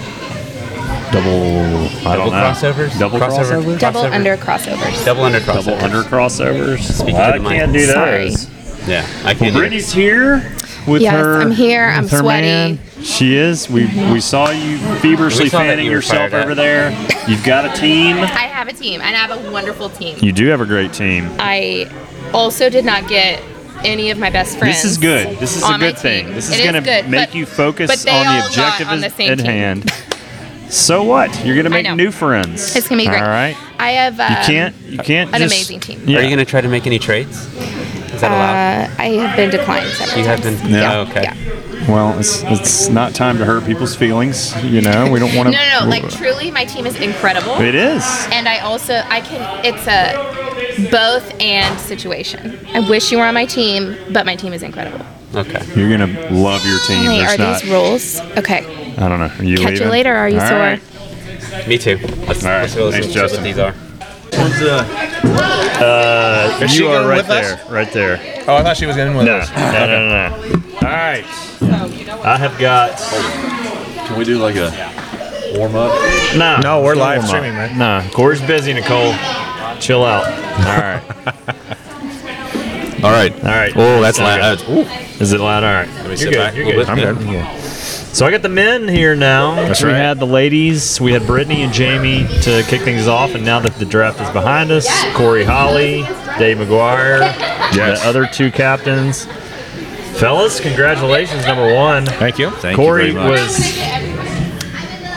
[SPEAKER 2] Double I
[SPEAKER 10] double
[SPEAKER 2] don't know.
[SPEAKER 10] crossovers?
[SPEAKER 2] Double
[SPEAKER 10] Crossover-
[SPEAKER 2] crossovers.
[SPEAKER 7] Double
[SPEAKER 10] crossover-
[SPEAKER 7] under crossovers.
[SPEAKER 10] Double under crossovers.
[SPEAKER 2] Double under crossovers.
[SPEAKER 10] Speaking
[SPEAKER 2] I
[SPEAKER 10] to the mic.
[SPEAKER 2] can't do
[SPEAKER 7] Sorry.
[SPEAKER 2] those.
[SPEAKER 10] Yeah, I
[SPEAKER 2] Well,
[SPEAKER 10] can't. do it.
[SPEAKER 2] Brittany's here with
[SPEAKER 7] Yes,
[SPEAKER 2] her.
[SPEAKER 7] I'm here. I'm
[SPEAKER 2] with her
[SPEAKER 7] sweaty.
[SPEAKER 2] man. She is. We we saw you feverishly
[SPEAKER 10] We saw that
[SPEAKER 2] fanning
[SPEAKER 10] you were
[SPEAKER 2] yourself
[SPEAKER 10] fired up.
[SPEAKER 2] over there. You've got a team.
[SPEAKER 7] I have a team, and I have a wonderful team.
[SPEAKER 2] You do have a great team.
[SPEAKER 7] I also did not get any of my best friends.
[SPEAKER 2] This is good. This is a
[SPEAKER 7] on my
[SPEAKER 2] good thing.
[SPEAKER 7] team.
[SPEAKER 2] This
[SPEAKER 7] It
[SPEAKER 2] is going to
[SPEAKER 7] good,
[SPEAKER 2] make
[SPEAKER 7] but-
[SPEAKER 2] you focus
[SPEAKER 7] but they
[SPEAKER 2] on
[SPEAKER 7] all
[SPEAKER 2] the
[SPEAKER 7] got
[SPEAKER 2] objective
[SPEAKER 7] on
[SPEAKER 2] is-
[SPEAKER 7] the same
[SPEAKER 2] at
[SPEAKER 7] team.
[SPEAKER 2] hand. So what? You're going to
[SPEAKER 7] I
[SPEAKER 2] make
[SPEAKER 7] know.
[SPEAKER 2] new friends.
[SPEAKER 7] It's gonna be great.
[SPEAKER 2] All right.
[SPEAKER 7] I have. Um,
[SPEAKER 2] You can't. You can't.
[SPEAKER 7] an
[SPEAKER 2] just-
[SPEAKER 7] amazing team.
[SPEAKER 2] Yeah.
[SPEAKER 10] Are you going to try to make any trades? Is that allowed?
[SPEAKER 7] Uh, I have been declined several
[SPEAKER 10] You have
[SPEAKER 7] times.
[SPEAKER 10] been-
[SPEAKER 7] Yeah.
[SPEAKER 10] No, okay.
[SPEAKER 7] yeah.
[SPEAKER 2] well, it's, it's not time to hurt people's feelings. You know, we don't want
[SPEAKER 7] No, no, no. Like truly, my team is incredible.
[SPEAKER 2] it is.
[SPEAKER 7] and I also I can it's a both and situation. I wish you were on my team, but my team is incredible.
[SPEAKER 10] Okay.
[SPEAKER 2] You're gonna love your team.
[SPEAKER 7] Wait,
[SPEAKER 2] There's
[SPEAKER 7] are
[SPEAKER 2] not,
[SPEAKER 7] these rules? Okay.
[SPEAKER 2] I don't know. Are you
[SPEAKER 7] Catch
[SPEAKER 2] leaving?
[SPEAKER 7] you later. Are you
[SPEAKER 2] All
[SPEAKER 7] sore?
[SPEAKER 2] right.
[SPEAKER 10] Me too. Let's,
[SPEAKER 2] All right.
[SPEAKER 10] let's go
[SPEAKER 2] Thanks,
[SPEAKER 10] listen to
[SPEAKER 2] Justin.
[SPEAKER 10] what these are.
[SPEAKER 11] uh, she
[SPEAKER 2] You are
[SPEAKER 11] going
[SPEAKER 2] right
[SPEAKER 11] with us?
[SPEAKER 2] there. Uh, Right there.
[SPEAKER 11] Oh, I thought she was in with
[SPEAKER 2] No,
[SPEAKER 11] us.
[SPEAKER 2] no, no, no, no. All right. I have got.
[SPEAKER 11] Can we do like a warm up?
[SPEAKER 2] No,
[SPEAKER 11] No, we're
[SPEAKER 2] it's
[SPEAKER 11] live
[SPEAKER 2] warm up.
[SPEAKER 11] streaming, man.
[SPEAKER 2] No, Corey's busy, Nicole. Chill out. All right.
[SPEAKER 11] All right.
[SPEAKER 2] All right.
[SPEAKER 11] Oh, that's
[SPEAKER 2] Sound
[SPEAKER 11] loud.
[SPEAKER 2] good. Is it loud? All right.
[SPEAKER 11] Let me
[SPEAKER 2] You're
[SPEAKER 11] sit
[SPEAKER 2] good.
[SPEAKER 11] back a
[SPEAKER 2] You're good.
[SPEAKER 11] little
[SPEAKER 2] I'm
[SPEAKER 11] bit. Yeah.
[SPEAKER 2] good. I'm good. So I got the men here now.
[SPEAKER 11] That's
[SPEAKER 2] we
[SPEAKER 11] right.
[SPEAKER 2] had the ladies. We had Brittany and Jamie to kick things off, and now that the draft is behind us, Corey Holly, Dave McGuire,
[SPEAKER 11] Yes.
[SPEAKER 2] the other two captains. Fellas, congratulations, number one.
[SPEAKER 11] Thank you. Thank
[SPEAKER 2] Corey
[SPEAKER 11] you very much.
[SPEAKER 2] was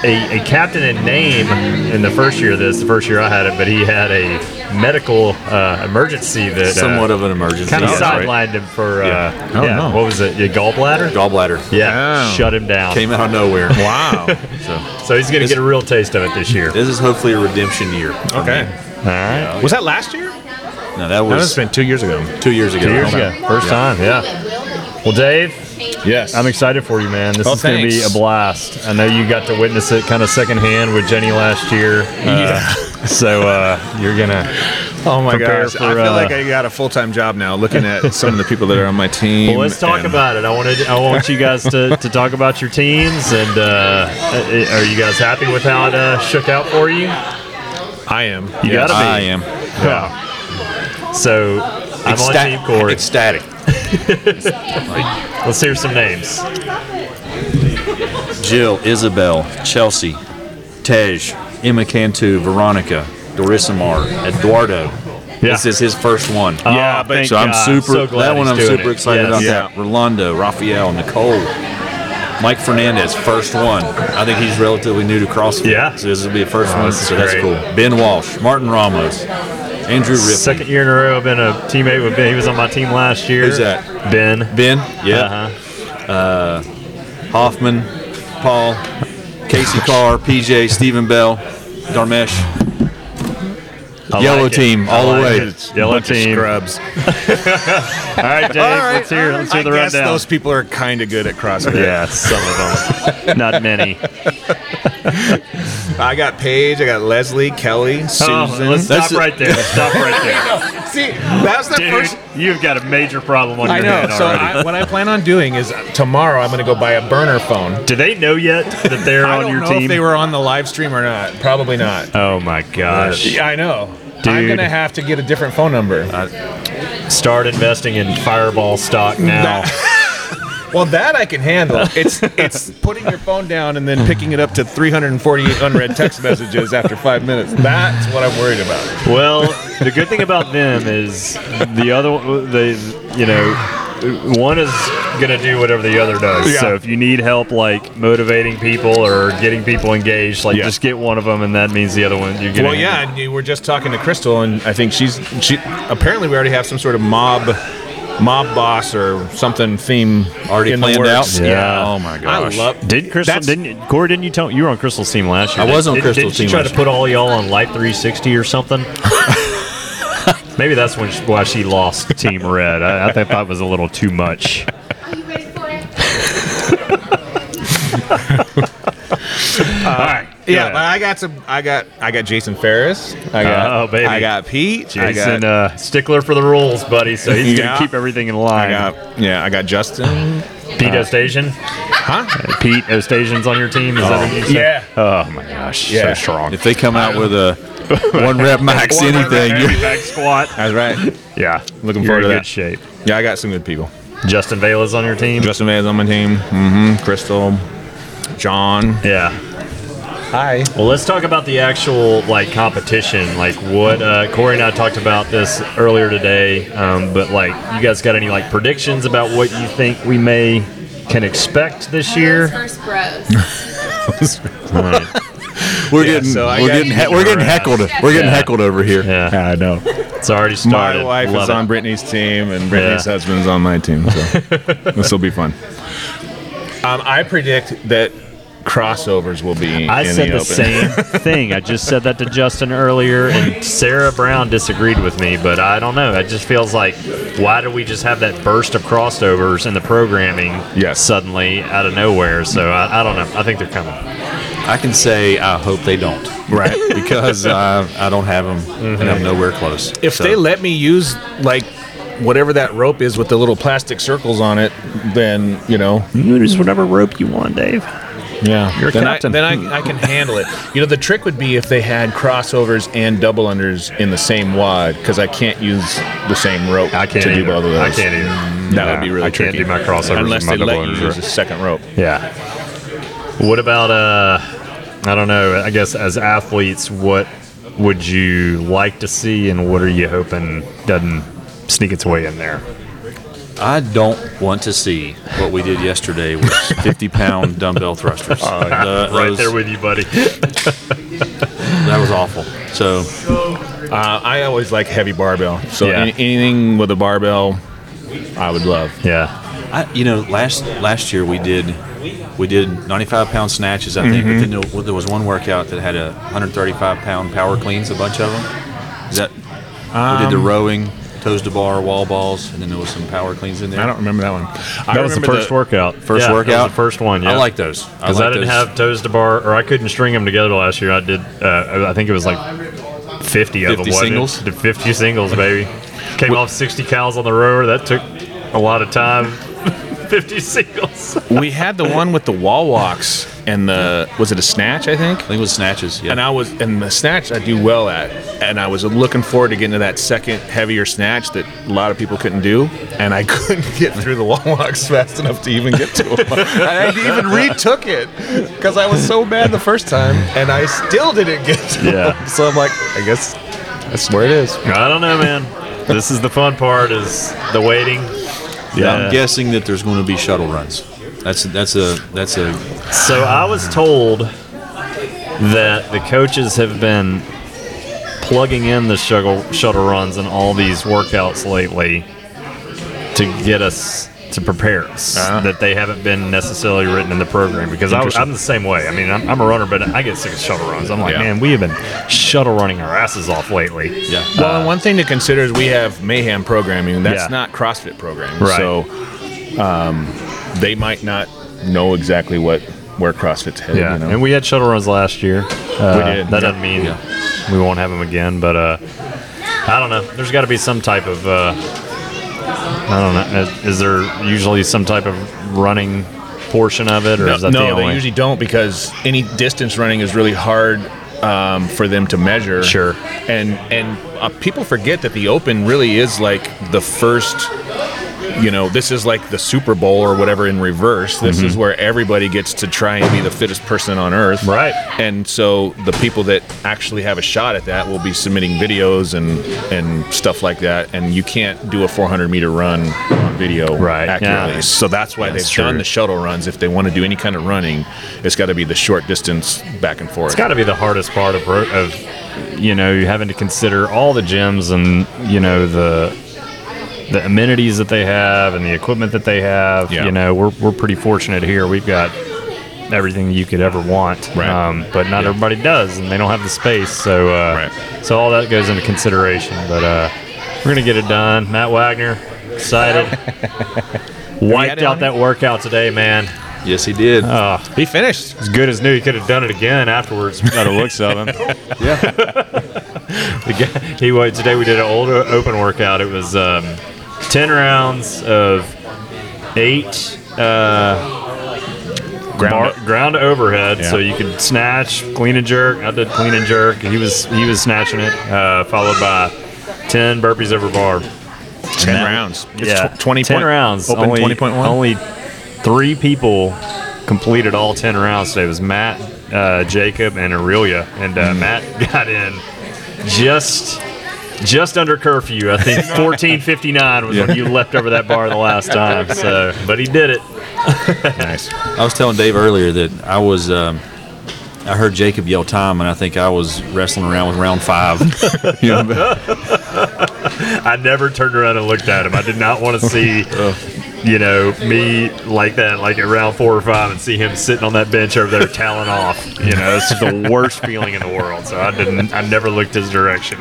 [SPEAKER 2] a, a captain in name in the first year of this, the first year I had it, but he had a medical uh, emergency that uh,
[SPEAKER 11] somewhat of an emergency.
[SPEAKER 2] kind of
[SPEAKER 11] That's
[SPEAKER 2] sidelined
[SPEAKER 11] right.
[SPEAKER 2] him for uh,
[SPEAKER 11] Yeah.
[SPEAKER 2] yeah.
[SPEAKER 11] Oh, no.
[SPEAKER 2] What was it? Your gallbladder?
[SPEAKER 11] Gallbladder.
[SPEAKER 2] Yeah, shut him down.
[SPEAKER 11] Came out of nowhere.
[SPEAKER 2] Wow.
[SPEAKER 11] So
[SPEAKER 2] so he's gonna
[SPEAKER 11] This-
[SPEAKER 2] get a real taste of it this year.
[SPEAKER 11] this is hopefully a redemption year. for
[SPEAKER 12] Okay.
[SPEAKER 11] me.
[SPEAKER 2] All right.
[SPEAKER 12] Was that last year?
[SPEAKER 11] No, that
[SPEAKER 12] No, that's
[SPEAKER 11] was
[SPEAKER 12] been two years ago.
[SPEAKER 11] two years ago.
[SPEAKER 2] Two years ago, first
[SPEAKER 11] Yeah.
[SPEAKER 2] time. Yeah. Well, Dave.
[SPEAKER 12] Yes.
[SPEAKER 2] I'm excited for you, man. This
[SPEAKER 12] Oh,
[SPEAKER 2] is going to be a
[SPEAKER 12] thanks.
[SPEAKER 2] blast. I know you got to witness it kind of secondhand with Jenny last year. Uh,
[SPEAKER 12] Yeah.
[SPEAKER 2] So uh, you're gonna.
[SPEAKER 12] Oh my
[SPEAKER 2] prepare
[SPEAKER 12] gosh!
[SPEAKER 2] for,
[SPEAKER 12] I
[SPEAKER 2] uh,
[SPEAKER 12] feel like I got a full time job now. Looking at some of the people that are on my team.
[SPEAKER 2] Well, let's talk
[SPEAKER 12] and-
[SPEAKER 2] about it. I wanted, I want you guys to, to talk about your teams, and uh, uh, are you guys happy with how it uh, shook out for you?
[SPEAKER 12] I am.
[SPEAKER 2] You
[SPEAKER 12] Yes.
[SPEAKER 2] gotta be.
[SPEAKER 12] I am.
[SPEAKER 2] Yeah. So I'm
[SPEAKER 12] Ecsta-
[SPEAKER 2] on team Corey.
[SPEAKER 12] Ecstatic.
[SPEAKER 2] Let's hear some names.
[SPEAKER 11] Jill, Isabel, Chelsea, Tej, Emma Cantu, Veronica, Dorisamar, Eduardo. This is his first one.
[SPEAKER 2] Yeah, but
[SPEAKER 11] so I'm super. that one I'm super excited about.
[SPEAKER 12] Yes.
[SPEAKER 11] That Rolando, Raphael, Nicole, Mike Fernandez, first one. I think he's relatively new to CrossFit.
[SPEAKER 2] Yeah.
[SPEAKER 11] so this will be a first
[SPEAKER 2] Oh,
[SPEAKER 11] one.
[SPEAKER 2] this is
[SPEAKER 11] So that's
[SPEAKER 2] great.
[SPEAKER 11] cool. Ben Walsh, Martin Ramos, Andrew Ripley.
[SPEAKER 2] Second year in a row, I've been a teammate with Ben. He was on my team last year.
[SPEAKER 11] Who's that?
[SPEAKER 2] Ben.
[SPEAKER 11] Ben, yeah.
[SPEAKER 2] Uh-huh.
[SPEAKER 11] uh, Hoffman, Paul, Casey Carr, PJ, Stephen Bell, Darmesh.
[SPEAKER 2] I
[SPEAKER 11] Yellow
[SPEAKER 2] like it.
[SPEAKER 11] team,
[SPEAKER 2] I
[SPEAKER 11] all
[SPEAKER 2] like
[SPEAKER 11] the way.
[SPEAKER 2] it. Yellow
[SPEAKER 12] Bunch of
[SPEAKER 2] team.
[SPEAKER 12] scrubs.
[SPEAKER 2] All right, Dave. let's hear. Let's hear
[SPEAKER 12] I
[SPEAKER 2] the
[SPEAKER 12] guess
[SPEAKER 2] rundown.
[SPEAKER 12] those people are kind of good at CrossFit.
[SPEAKER 2] yeah, some of them. Not many.
[SPEAKER 12] I got Paige. I got Leslie, Kelly, Susan.
[SPEAKER 2] Oh, let's stop
[SPEAKER 11] That's it.
[SPEAKER 2] right there. Stop right there.
[SPEAKER 12] See, that's the
[SPEAKER 2] Dude,
[SPEAKER 12] first.
[SPEAKER 2] you've got a major problem on your
[SPEAKER 12] I know.
[SPEAKER 2] hand
[SPEAKER 12] So
[SPEAKER 2] already.
[SPEAKER 12] I, what I plan on doing is uh, tomorrow I'm going to go buy a burner phone.
[SPEAKER 2] Do they know yet that they're
[SPEAKER 12] I
[SPEAKER 2] on
[SPEAKER 12] don't
[SPEAKER 2] your
[SPEAKER 12] know
[SPEAKER 2] team?
[SPEAKER 12] if they were on the live stream or not. Probably not.
[SPEAKER 2] oh my gosh!
[SPEAKER 12] Yeah, I know. I'm
[SPEAKER 2] Dude.
[SPEAKER 12] going to have to get a different phone number.
[SPEAKER 2] Start investing in Fireball stock now.
[SPEAKER 12] well, that I can handle. It's it's putting your phone down and then picking it up to 348 unread text messages after five minutes. That's what I'm worried about.
[SPEAKER 2] Well, the good thing about them is the other, the you know, one is gonna do whatever the other does.
[SPEAKER 12] Yeah.
[SPEAKER 2] So if you need help, like motivating people or getting people engaged, like
[SPEAKER 12] Yeah.
[SPEAKER 2] just get one of them, and that means the other one you're getting.
[SPEAKER 12] Well, yeah, and you were just talking to Crystal, and I think she's she. Apparently, we already have some sort of mob. Mob boss or something theme
[SPEAKER 11] Already
[SPEAKER 12] in
[SPEAKER 11] planned
[SPEAKER 12] the works.
[SPEAKER 11] out?
[SPEAKER 12] Yeah.
[SPEAKER 2] Yeah.
[SPEAKER 11] Oh my
[SPEAKER 12] I
[SPEAKER 11] gosh.
[SPEAKER 12] love.
[SPEAKER 2] Did Crystal?
[SPEAKER 12] That's-
[SPEAKER 2] Didn't you- Corey? Didn't you tell you were on Crystal's team last year?
[SPEAKER 11] I was on
[SPEAKER 2] Did- didn't
[SPEAKER 11] Crystal's
[SPEAKER 2] she
[SPEAKER 11] team
[SPEAKER 2] Try
[SPEAKER 11] last
[SPEAKER 2] to put all y'all on Light 360 or something. Maybe that's when she, why she lost Team Red. I, I think that was a little too much. All right. go
[SPEAKER 12] Uh, Yeah,
[SPEAKER 2] ahead.
[SPEAKER 12] but I got some. I got. I got Jason Ferris. I got.
[SPEAKER 2] Oh, baby.
[SPEAKER 12] I got Pete. I
[SPEAKER 2] Jason,
[SPEAKER 12] got.
[SPEAKER 2] uh, stickler for the rules, buddy. So he's
[SPEAKER 12] Yeah.
[SPEAKER 2] gonna keep everything in
[SPEAKER 12] I
[SPEAKER 2] line.
[SPEAKER 12] got. Yeah, I got Justin.
[SPEAKER 2] uh, Pete Ostasian.
[SPEAKER 12] Uh, Huh?
[SPEAKER 2] Pete Ostasian's on your team. Is that what you said?
[SPEAKER 12] yeah.
[SPEAKER 2] Oh my gosh. So
[SPEAKER 12] Yeah.
[SPEAKER 2] strong.
[SPEAKER 11] If they come out with a one rep max
[SPEAKER 2] One rep
[SPEAKER 11] anything,
[SPEAKER 2] heavy
[SPEAKER 11] you're-
[SPEAKER 2] back squat.
[SPEAKER 12] That's right.
[SPEAKER 2] Yeah,
[SPEAKER 12] Looking
[SPEAKER 2] You're in
[SPEAKER 12] forward to
[SPEAKER 2] good
[SPEAKER 12] that.
[SPEAKER 2] shape.
[SPEAKER 12] Yeah, I got some good people.
[SPEAKER 2] Justin Vela's on your team.
[SPEAKER 12] Justin May is on my team. Mm-hmm. Crystal. John.
[SPEAKER 2] yeah.
[SPEAKER 12] Hi.
[SPEAKER 2] Well, let's talk about the actual like competition. Like what uh, Corey and I talked about this earlier today. Um, but like, you guys got any like predictions about what you think we may can expect this year?
[SPEAKER 7] First bros.
[SPEAKER 11] we're
[SPEAKER 12] Yeah,
[SPEAKER 11] getting
[SPEAKER 12] so I
[SPEAKER 11] we're
[SPEAKER 12] got
[SPEAKER 11] getting
[SPEAKER 12] you
[SPEAKER 11] he- we're getting heckled. We're getting heckled over here.
[SPEAKER 2] Yeah,
[SPEAKER 12] I know.
[SPEAKER 2] it's already started.
[SPEAKER 12] My wife
[SPEAKER 2] Love
[SPEAKER 12] is
[SPEAKER 2] it.
[SPEAKER 12] on Brittany's team, and Brittany's
[SPEAKER 2] Yeah.
[SPEAKER 12] husband's on my team. So this will be fun. Um, I predict that crossovers will be.
[SPEAKER 2] I
[SPEAKER 12] in
[SPEAKER 2] said the,
[SPEAKER 12] open.
[SPEAKER 2] same thing. I just said that to Justin earlier, and Sarah Brown disagreed with me, but I don't know. It just feels like why do we just have that burst of crossovers in the programming
[SPEAKER 12] Yes.
[SPEAKER 2] suddenly out of nowhere? So I, I don't know. I think they're coming.
[SPEAKER 11] I can say I hope they don't. Right, because uh, I don't have them, and
[SPEAKER 2] Mm-hmm.
[SPEAKER 11] I'm nowhere close.
[SPEAKER 12] if
[SPEAKER 11] So-
[SPEAKER 12] they let me use like whatever that rope is with the little plastic circles on it, then you know
[SPEAKER 2] Use whatever rope you want, Dave.
[SPEAKER 12] Yeah,
[SPEAKER 11] You're a
[SPEAKER 12] then
[SPEAKER 11] captain.
[SPEAKER 12] I, then I, I can handle it. You know, the trick would be if they had crossovers and double unders in the same wad because I can't use the same rope I
[SPEAKER 2] can't
[SPEAKER 12] to do
[SPEAKER 2] either.
[SPEAKER 12] both of those. Mm,
[SPEAKER 2] I can't either.
[SPEAKER 12] That
[SPEAKER 2] No,
[SPEAKER 12] would be really
[SPEAKER 2] I can't
[SPEAKER 12] tricky.
[SPEAKER 2] do my crossovers and
[SPEAKER 12] unless
[SPEAKER 2] my
[SPEAKER 12] they
[SPEAKER 2] double
[SPEAKER 12] let you
[SPEAKER 2] unders,
[SPEAKER 12] use
[SPEAKER 2] right.
[SPEAKER 12] a second rope.
[SPEAKER 2] Yeah. What about uh I don't know, I guess as athletes, what would you like to see and what are you hoping doesn't sneak its way in there?
[SPEAKER 11] I don't want to see what we did yesterday with 50 pound dumbbell thrusters. Uh, The-
[SPEAKER 2] right
[SPEAKER 11] those-
[SPEAKER 2] there with you, buddy.
[SPEAKER 11] That was awful. So
[SPEAKER 12] uh, I always like heavy barbell. So
[SPEAKER 11] Yeah.
[SPEAKER 12] any- anything with a barbell, I would love.
[SPEAKER 2] Yeah.
[SPEAKER 11] I, you know, last last year we did we did 95 pound snatches, I think.
[SPEAKER 12] Mhm.
[SPEAKER 11] But
[SPEAKER 2] Mm-hmm.
[SPEAKER 11] then there, there was one workout that had a 135 pound power cleans, a bunch of them. Is that we did the
[SPEAKER 12] Um,
[SPEAKER 11] rowing, toes to bar, wall balls, and then there was some power cleans in there.
[SPEAKER 12] I don't remember that one. I
[SPEAKER 2] That was the
[SPEAKER 12] remember
[SPEAKER 2] first workout.
[SPEAKER 11] First
[SPEAKER 2] Yeah, that was
[SPEAKER 11] workout,
[SPEAKER 2] the first one. Yeah,
[SPEAKER 11] I like those I
[SPEAKER 2] because I,
[SPEAKER 11] like
[SPEAKER 2] didn't
[SPEAKER 11] those.
[SPEAKER 2] have toes to bar, or I couldn't string them together last year. I did. Uh, I think it was like fifty of them. wasn't
[SPEAKER 11] 50
[SPEAKER 2] it?
[SPEAKER 11] singles?
[SPEAKER 2] Did fifty singles, baby. Came off sixty cows on the rower. That took a lot of time. fifty singles.
[SPEAKER 12] we had the one with the wall walks and the was it a snatch? I think. I
[SPEAKER 11] think it was snatches. Yeah.
[SPEAKER 12] And I was and the snatch I do well at, and I was looking forward to getting to that second heavier snatch that a lot of people couldn't do, and I couldn't get through the wall walks fast enough to even get to them. I even retook it because I was so mad the first time, and I still didn't get to
[SPEAKER 2] Yeah.
[SPEAKER 12] them. So I'm like, I guess that's where it is.
[SPEAKER 2] I don't know, man. this is the fun part. Is the waiting.
[SPEAKER 11] Yeah, I'm guessing that there's going to be shuttle runs. That's that's a that's a
[SPEAKER 2] So I was told that the coaches have been plugging in the shuttle shuttle runs and all these workouts lately to get us to prepare us. That they haven't been necessarily written in the program because I,
[SPEAKER 11] Interesting.
[SPEAKER 2] I'm the same way. I mean, I'm, I'm a runner, but I get sick of shuttle runs. I'm like,
[SPEAKER 12] Yeah.
[SPEAKER 2] man, we have been shuttle running our asses off lately. Yeah.
[SPEAKER 12] Well, and one thing to consider is we have mayhem programming. That's
[SPEAKER 2] Yeah.
[SPEAKER 12] not CrossFit programming.
[SPEAKER 2] Right.
[SPEAKER 12] So um, they might not know exactly what where CrossFit's headed.
[SPEAKER 2] Yeah,
[SPEAKER 12] you know?
[SPEAKER 2] and we had shuttle runs last year. Uh,
[SPEAKER 12] did,
[SPEAKER 2] That
[SPEAKER 12] yeah.
[SPEAKER 2] doesn't mean we won't have them again, but uh, I don't know. There's got to be some type of uh, I don't know. Is, is there usually some type of running portion of it, or
[SPEAKER 12] no,
[SPEAKER 2] is that
[SPEAKER 12] no,
[SPEAKER 2] the only?
[SPEAKER 12] they usually don't because any distance running is really hard um, for them to measure. Sure. And and uh, people forget that the Open really is like the first. You know, this is like the Super Bowl or whatever in reverse. This
[SPEAKER 11] Mhm.
[SPEAKER 2] Mm-hmm.
[SPEAKER 12] is where everybody gets to try and be the fittest person on earth. Right. And so the people that actually have a shot at that will be submitting videos and and stuff like that. And you can't do a 400 meter run on video right. accurately.
[SPEAKER 2] Yeah.
[SPEAKER 12] So that's why
[SPEAKER 2] That's
[SPEAKER 12] they've
[SPEAKER 2] true.
[SPEAKER 12] done the shuttle runs. If they want to do any kind of running, it's got to be the short distance back and forth.
[SPEAKER 2] It's got to be the hardest part of, ro- of you know you having to consider all the gyms and you know the the amenities that they have and the equipment that they have. You know we're we're pretty fortunate here. We've got everything you could ever want, right. um, but not everybody does, and they don't have the space. So uh, so all that goes into consideration. But uh, we're gonna get it done. Matt Wagner, excited. Wiped out that workout today, man. Oh,
[SPEAKER 11] Yes, he did.
[SPEAKER 12] he finished
[SPEAKER 2] as good as new. He could have done it again afterwards. By the looks of him,
[SPEAKER 11] yeah.
[SPEAKER 2] The guy- he wa- today we did an old o- open workout. It was um, ten rounds of eight uh,
[SPEAKER 12] Ground-
[SPEAKER 2] ground overhead,
[SPEAKER 12] Yeah.
[SPEAKER 2] so you could snatch, clean and jerk. I did clean and jerk. He was he was snatching it, uh, followed by ten burpees over bar.
[SPEAKER 12] Ten
[SPEAKER 2] And that-
[SPEAKER 12] rounds. It's
[SPEAKER 2] yeah,
[SPEAKER 12] tw- 20
[SPEAKER 2] ten
[SPEAKER 12] point-
[SPEAKER 2] rounds.
[SPEAKER 12] open
[SPEAKER 2] only,
[SPEAKER 12] 20.1?
[SPEAKER 2] Only three people completed all ten rounds today. It was Matt, uh, Jacob, and Aurelia. And
[SPEAKER 12] Mm.
[SPEAKER 2] uh, Matt got in just just under curfew. I think fourteen fifty nine was when you left over that bar the last time. So, but he did it.
[SPEAKER 12] nice.
[SPEAKER 11] I was telling Dave earlier that I was. Um, I heard Jacob yell time, and I think I was wrestling around with round five. You know,
[SPEAKER 2] I never turned around and looked at him. I did not want to see, you know, me like that, like at round four or five, and see him sitting on that bench over there toweling off. You know, it's the worst feeling in the world. So I didn't. I never looked his direction.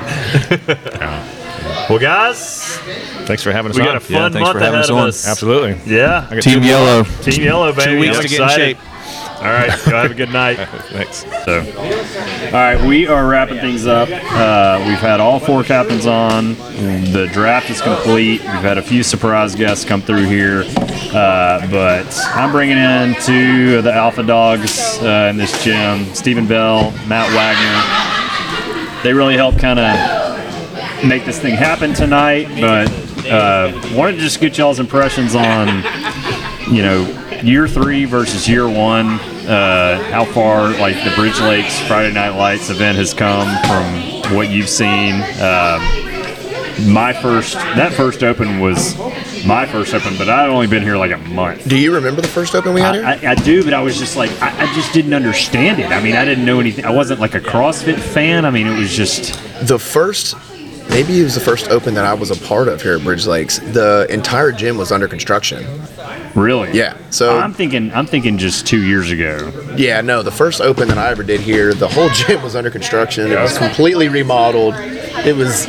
[SPEAKER 2] well, guys,
[SPEAKER 12] Thanks for having us
[SPEAKER 2] we
[SPEAKER 12] on.
[SPEAKER 2] got a fun month ahead of us.
[SPEAKER 12] Absolutely.
[SPEAKER 2] Yeah.
[SPEAKER 12] I got
[SPEAKER 2] Team
[SPEAKER 12] two
[SPEAKER 2] Yellow.
[SPEAKER 12] more-
[SPEAKER 2] Team Yellow, baby.
[SPEAKER 12] Two weeks
[SPEAKER 2] I'm
[SPEAKER 12] to get in
[SPEAKER 2] excited.
[SPEAKER 12] shape.
[SPEAKER 2] All right. Y'all have a good night.
[SPEAKER 12] Thanks.
[SPEAKER 2] So, all right, we are wrapping things up. Uh, we've had all four captains on. The draft is complete. We've had a few surprise guests come through here, uh, but I'm bringing in two of the alpha dogs uh, in this gym: Stephen Bell, Matt Wagner. They really helped kind of make this thing happen tonight. But uh, wanted to just get y'all's impressions on you know, year three versus year one, uh, how far like the Bridge Lakes Friday Night Lights event has come from what you've seen. Um, my first, that first open was my first open, but I'd only been here like a month.
[SPEAKER 13] Do you remember the first open we had here?
[SPEAKER 2] I, I, I do, but I was just like, I, I just didn't understand it. I mean, I didn't know anything. I wasn't like a CrossFit fan. I mean, it was just
[SPEAKER 13] the first maybe it was the first open that I was a part of here at Bridge Lakes. The entire gym was under construction.
[SPEAKER 2] Really?
[SPEAKER 13] Yeah. So
[SPEAKER 2] I'm thinking I'm thinking just two years ago.
[SPEAKER 13] Yeah, no, the first open that I ever did here, the whole gym was under construction. It was completely remodeled. It was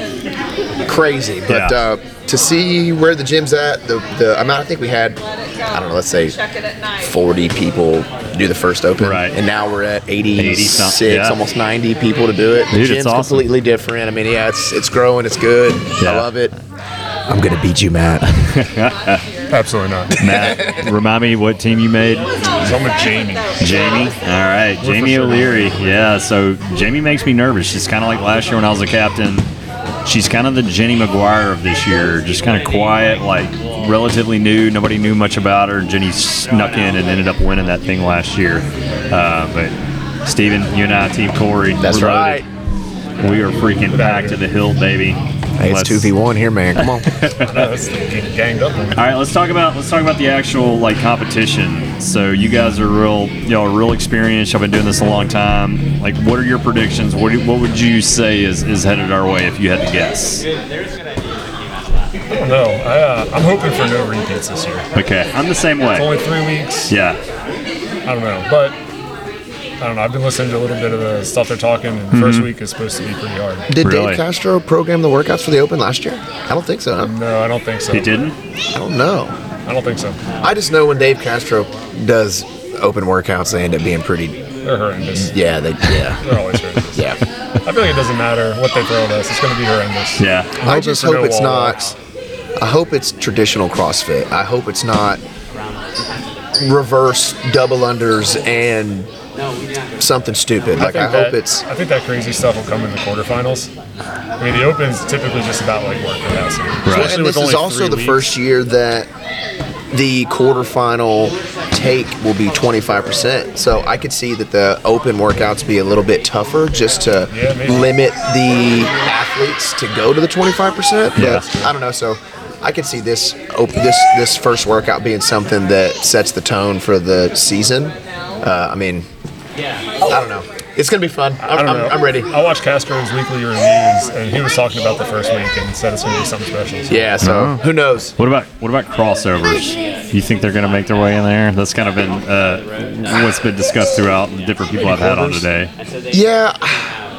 [SPEAKER 13] crazy. But
[SPEAKER 2] Yeah.
[SPEAKER 13] uh, to see where the gym's at, the, the amount I think we had, I don't know, let's say 40 people do the first open. Right. And now we're at 86,
[SPEAKER 2] something, yeah.
[SPEAKER 13] almost 90 people to do it. The
[SPEAKER 2] Dude, it's
[SPEAKER 13] gym's
[SPEAKER 2] awesome.
[SPEAKER 13] completely different. I mean, yeah, it's, it's growing, it's good. I love it. I'm going to beat you, Matt.
[SPEAKER 12] Absolutely not.
[SPEAKER 2] Matt, remind me what team you made.
[SPEAKER 12] I'm with Jamie.
[SPEAKER 2] Jamie. All right,
[SPEAKER 12] We're
[SPEAKER 2] Jamie
[SPEAKER 12] for sure.
[SPEAKER 2] O'Leary. Yeah, so Jamie makes me nervous. She's kind of like last year when I was a captain. She's kind of the Jenny McGuire of this year, just kind of quiet, like relatively new. Nobody knew much about her. Jenny snuck in and ended up winning that thing last year. Uh, but Steven, you and I, Team Corey,
[SPEAKER 13] That's
[SPEAKER 2] we're
[SPEAKER 13] right.
[SPEAKER 2] loaded. We are freaking back to the hill, baby.
[SPEAKER 13] Hey, it's
[SPEAKER 2] Let's-
[SPEAKER 13] 2v1 here, man. Come on.
[SPEAKER 12] Ganged up.
[SPEAKER 2] all right, let's talk about let's talk about the actual like competition. So you guys are real, y'all are real experienced. Y'all been doing this a long time. Like, what are your predictions? What do, what would you say is, is headed our way if you had to guess?
[SPEAKER 12] I don't know. I, uh, I'm hoping for no repeats this year.
[SPEAKER 2] Okay, I'm the same
[SPEAKER 12] It's
[SPEAKER 2] way.
[SPEAKER 12] only three weeks.
[SPEAKER 2] Yeah,
[SPEAKER 12] I don't know, but I don't know. I've been listening to a little bit of the stuff they're talking, and first
[SPEAKER 2] Mhm.
[SPEAKER 12] week is supposed to be pretty hard.
[SPEAKER 13] Did Dave Castro program the workouts for the Open last year? I don't think so.
[SPEAKER 12] No, I don't think so.
[SPEAKER 2] He didn't.
[SPEAKER 13] I don't know.
[SPEAKER 12] I don't think so.
[SPEAKER 13] I just know when Dave Castro does open workouts, they end up being pretty.
[SPEAKER 12] They're horrendous.
[SPEAKER 13] Yeah, they yeah.
[SPEAKER 12] They're always horrendous.
[SPEAKER 13] yeah.
[SPEAKER 12] I feel like it doesn't matter what they throw at us. It's going to be horrendous.
[SPEAKER 2] Yeah.
[SPEAKER 12] I'm
[SPEAKER 13] I
[SPEAKER 12] hoping
[SPEAKER 13] just
[SPEAKER 12] for
[SPEAKER 13] hope
[SPEAKER 12] no
[SPEAKER 13] it's
[SPEAKER 12] wall
[SPEAKER 13] not.
[SPEAKER 12] walks.
[SPEAKER 13] I hope it's traditional CrossFit. I hope it's not reverse double unders and something stupid. Like
[SPEAKER 12] think
[SPEAKER 13] I hope
[SPEAKER 12] that-
[SPEAKER 13] it's.
[SPEAKER 12] I think that crazy stuff will come in the quarterfinals. I mean, the Open's typically just about like work capacity.
[SPEAKER 13] Well,
[SPEAKER 12] Especially
[SPEAKER 13] and
[SPEAKER 12] with
[SPEAKER 13] this is
[SPEAKER 12] only
[SPEAKER 13] also
[SPEAKER 12] three
[SPEAKER 13] the
[SPEAKER 12] weeks.
[SPEAKER 13] first year that the quarterfinal take will be 25%. So I could see that the open workouts be a little bit tougher just to
[SPEAKER 12] Yeah, maybe.
[SPEAKER 13] limit the athletes to go to the 25%. But
[SPEAKER 12] Yeah.
[SPEAKER 13] I don't know. So I could see this op- this this first workout being something that sets the tone for the season. Uh, I mean, I don't know. It's going to be fun. I'm,
[SPEAKER 12] I don't
[SPEAKER 13] I'm,
[SPEAKER 12] know.
[SPEAKER 13] I'm ready.
[SPEAKER 12] I watched Castro's weekly reviews, and he was talking about the first week and said it's going to be something special. So.
[SPEAKER 13] Yeah, so who knows?
[SPEAKER 2] What about what about crossovers? You think they're going to make their way in there? That's kind of been uh, what's been discussed throughout the different people I've had on today.
[SPEAKER 13] Yeah.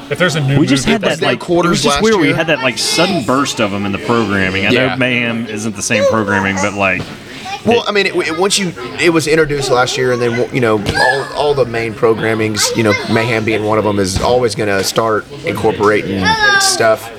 [SPEAKER 12] If there's a new
[SPEAKER 2] We just
[SPEAKER 12] movie
[SPEAKER 2] had that
[SPEAKER 12] that's-
[SPEAKER 2] like it was just weird. We had that like sudden burst of them in the programming. I
[SPEAKER 13] Yeah.
[SPEAKER 2] know Mayhem isn't the same programming, but like
[SPEAKER 13] Well, I mean, it, it, once you it was introduced last year, and then you know all, all the main programmings, you know, Mayhem being one of them, is always going to start incorporating stuff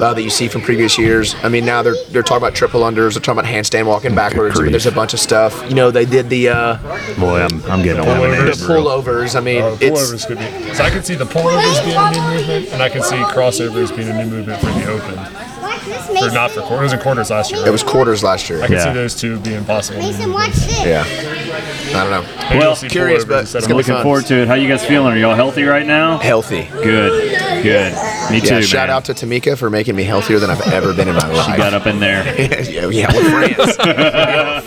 [SPEAKER 13] uh, that you see from previous years. I mean, now they're they're talking about triple unders, they're talking about handstand walking backwards. I mean, there's a bunch of stuff. You know, they did the uh,
[SPEAKER 2] boy, I'm, I'm getting
[SPEAKER 13] the
[SPEAKER 2] eliminated. bro.
[SPEAKER 13] pullovers. I mean,
[SPEAKER 12] Oh,
[SPEAKER 13] it's
[SPEAKER 12] pullovers could be. So I can see the pullovers being a new movement, and I can see crossovers being a new movement for the Open. Or not for quarters. It was in quarters last year.
[SPEAKER 13] it was quarters last year.
[SPEAKER 12] I can see those two being possible. new movements.
[SPEAKER 13] Yeah, I don't know.
[SPEAKER 12] Maybe
[SPEAKER 2] Well,
[SPEAKER 12] see
[SPEAKER 13] curious,
[SPEAKER 12] pullovers
[SPEAKER 13] but
[SPEAKER 12] instead
[SPEAKER 13] it's gonna
[SPEAKER 2] I'm
[SPEAKER 12] of
[SPEAKER 13] be
[SPEAKER 2] looking
[SPEAKER 13] fun.
[SPEAKER 2] forward to it. How you guys feeling? Are y'all healthy right now?
[SPEAKER 13] Healthy.
[SPEAKER 2] Good. Good. Me too.
[SPEAKER 13] Yeah,
[SPEAKER 2] man.
[SPEAKER 13] shout out to Tamika for making me healthier than I've ever been in my life.
[SPEAKER 2] She got up in there.
[SPEAKER 13] yeah, yeah, we're friends.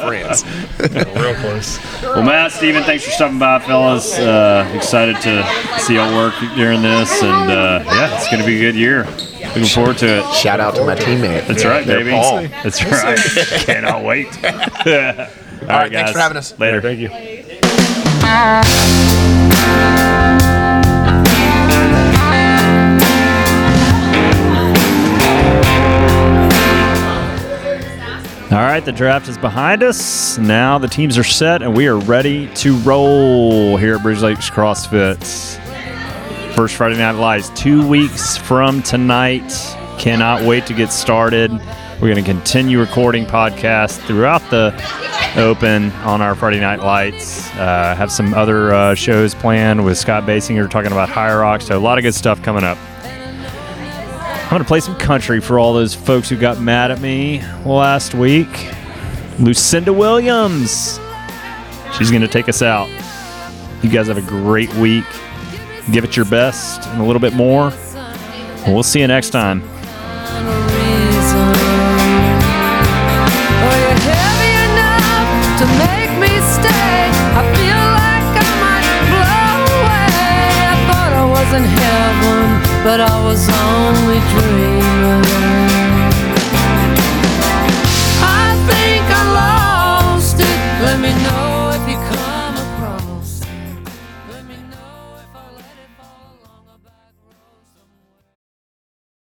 [SPEAKER 13] We're friends.
[SPEAKER 12] real close.
[SPEAKER 2] Well, Matt, Steven, thanks for stopping by, fellas. Uh, excited to see y'all work during this, and uh, yeah, it's going to be a good year. Looking forward to it.
[SPEAKER 13] Shout out to my teammate.
[SPEAKER 2] That's right,
[SPEAKER 13] They're
[SPEAKER 2] baby.
[SPEAKER 13] Paul.
[SPEAKER 2] That's right. Cannot wait. All right,
[SPEAKER 13] right, thanks
[SPEAKER 2] guys.
[SPEAKER 13] for having us.
[SPEAKER 2] Later.
[SPEAKER 12] Thank you.
[SPEAKER 2] All right, the draft is behind us. Now the teams are set and we are ready to roll here at Bridge Lakes CrossFit. First Friday Night Lights, two weeks from tonight. Cannot wait to get started. We're going to continue recording podcasts throughout the open on our Friday Night Lights. Uh, have some other uh, shows planned with Scott Basinger talking about High Rock. So, a lot of good stuff coming up. I'm going to play some country for all those folks who got mad at me last week. Lucinda Williams. She's going to take us out. You guys have a great week. Give it your best and a little bit more. We'll see you next time.
[SPEAKER 14] Are you heavy enough to make me stay? I feel like I might blow away. I thought I was in heaven, but I was only dreaming.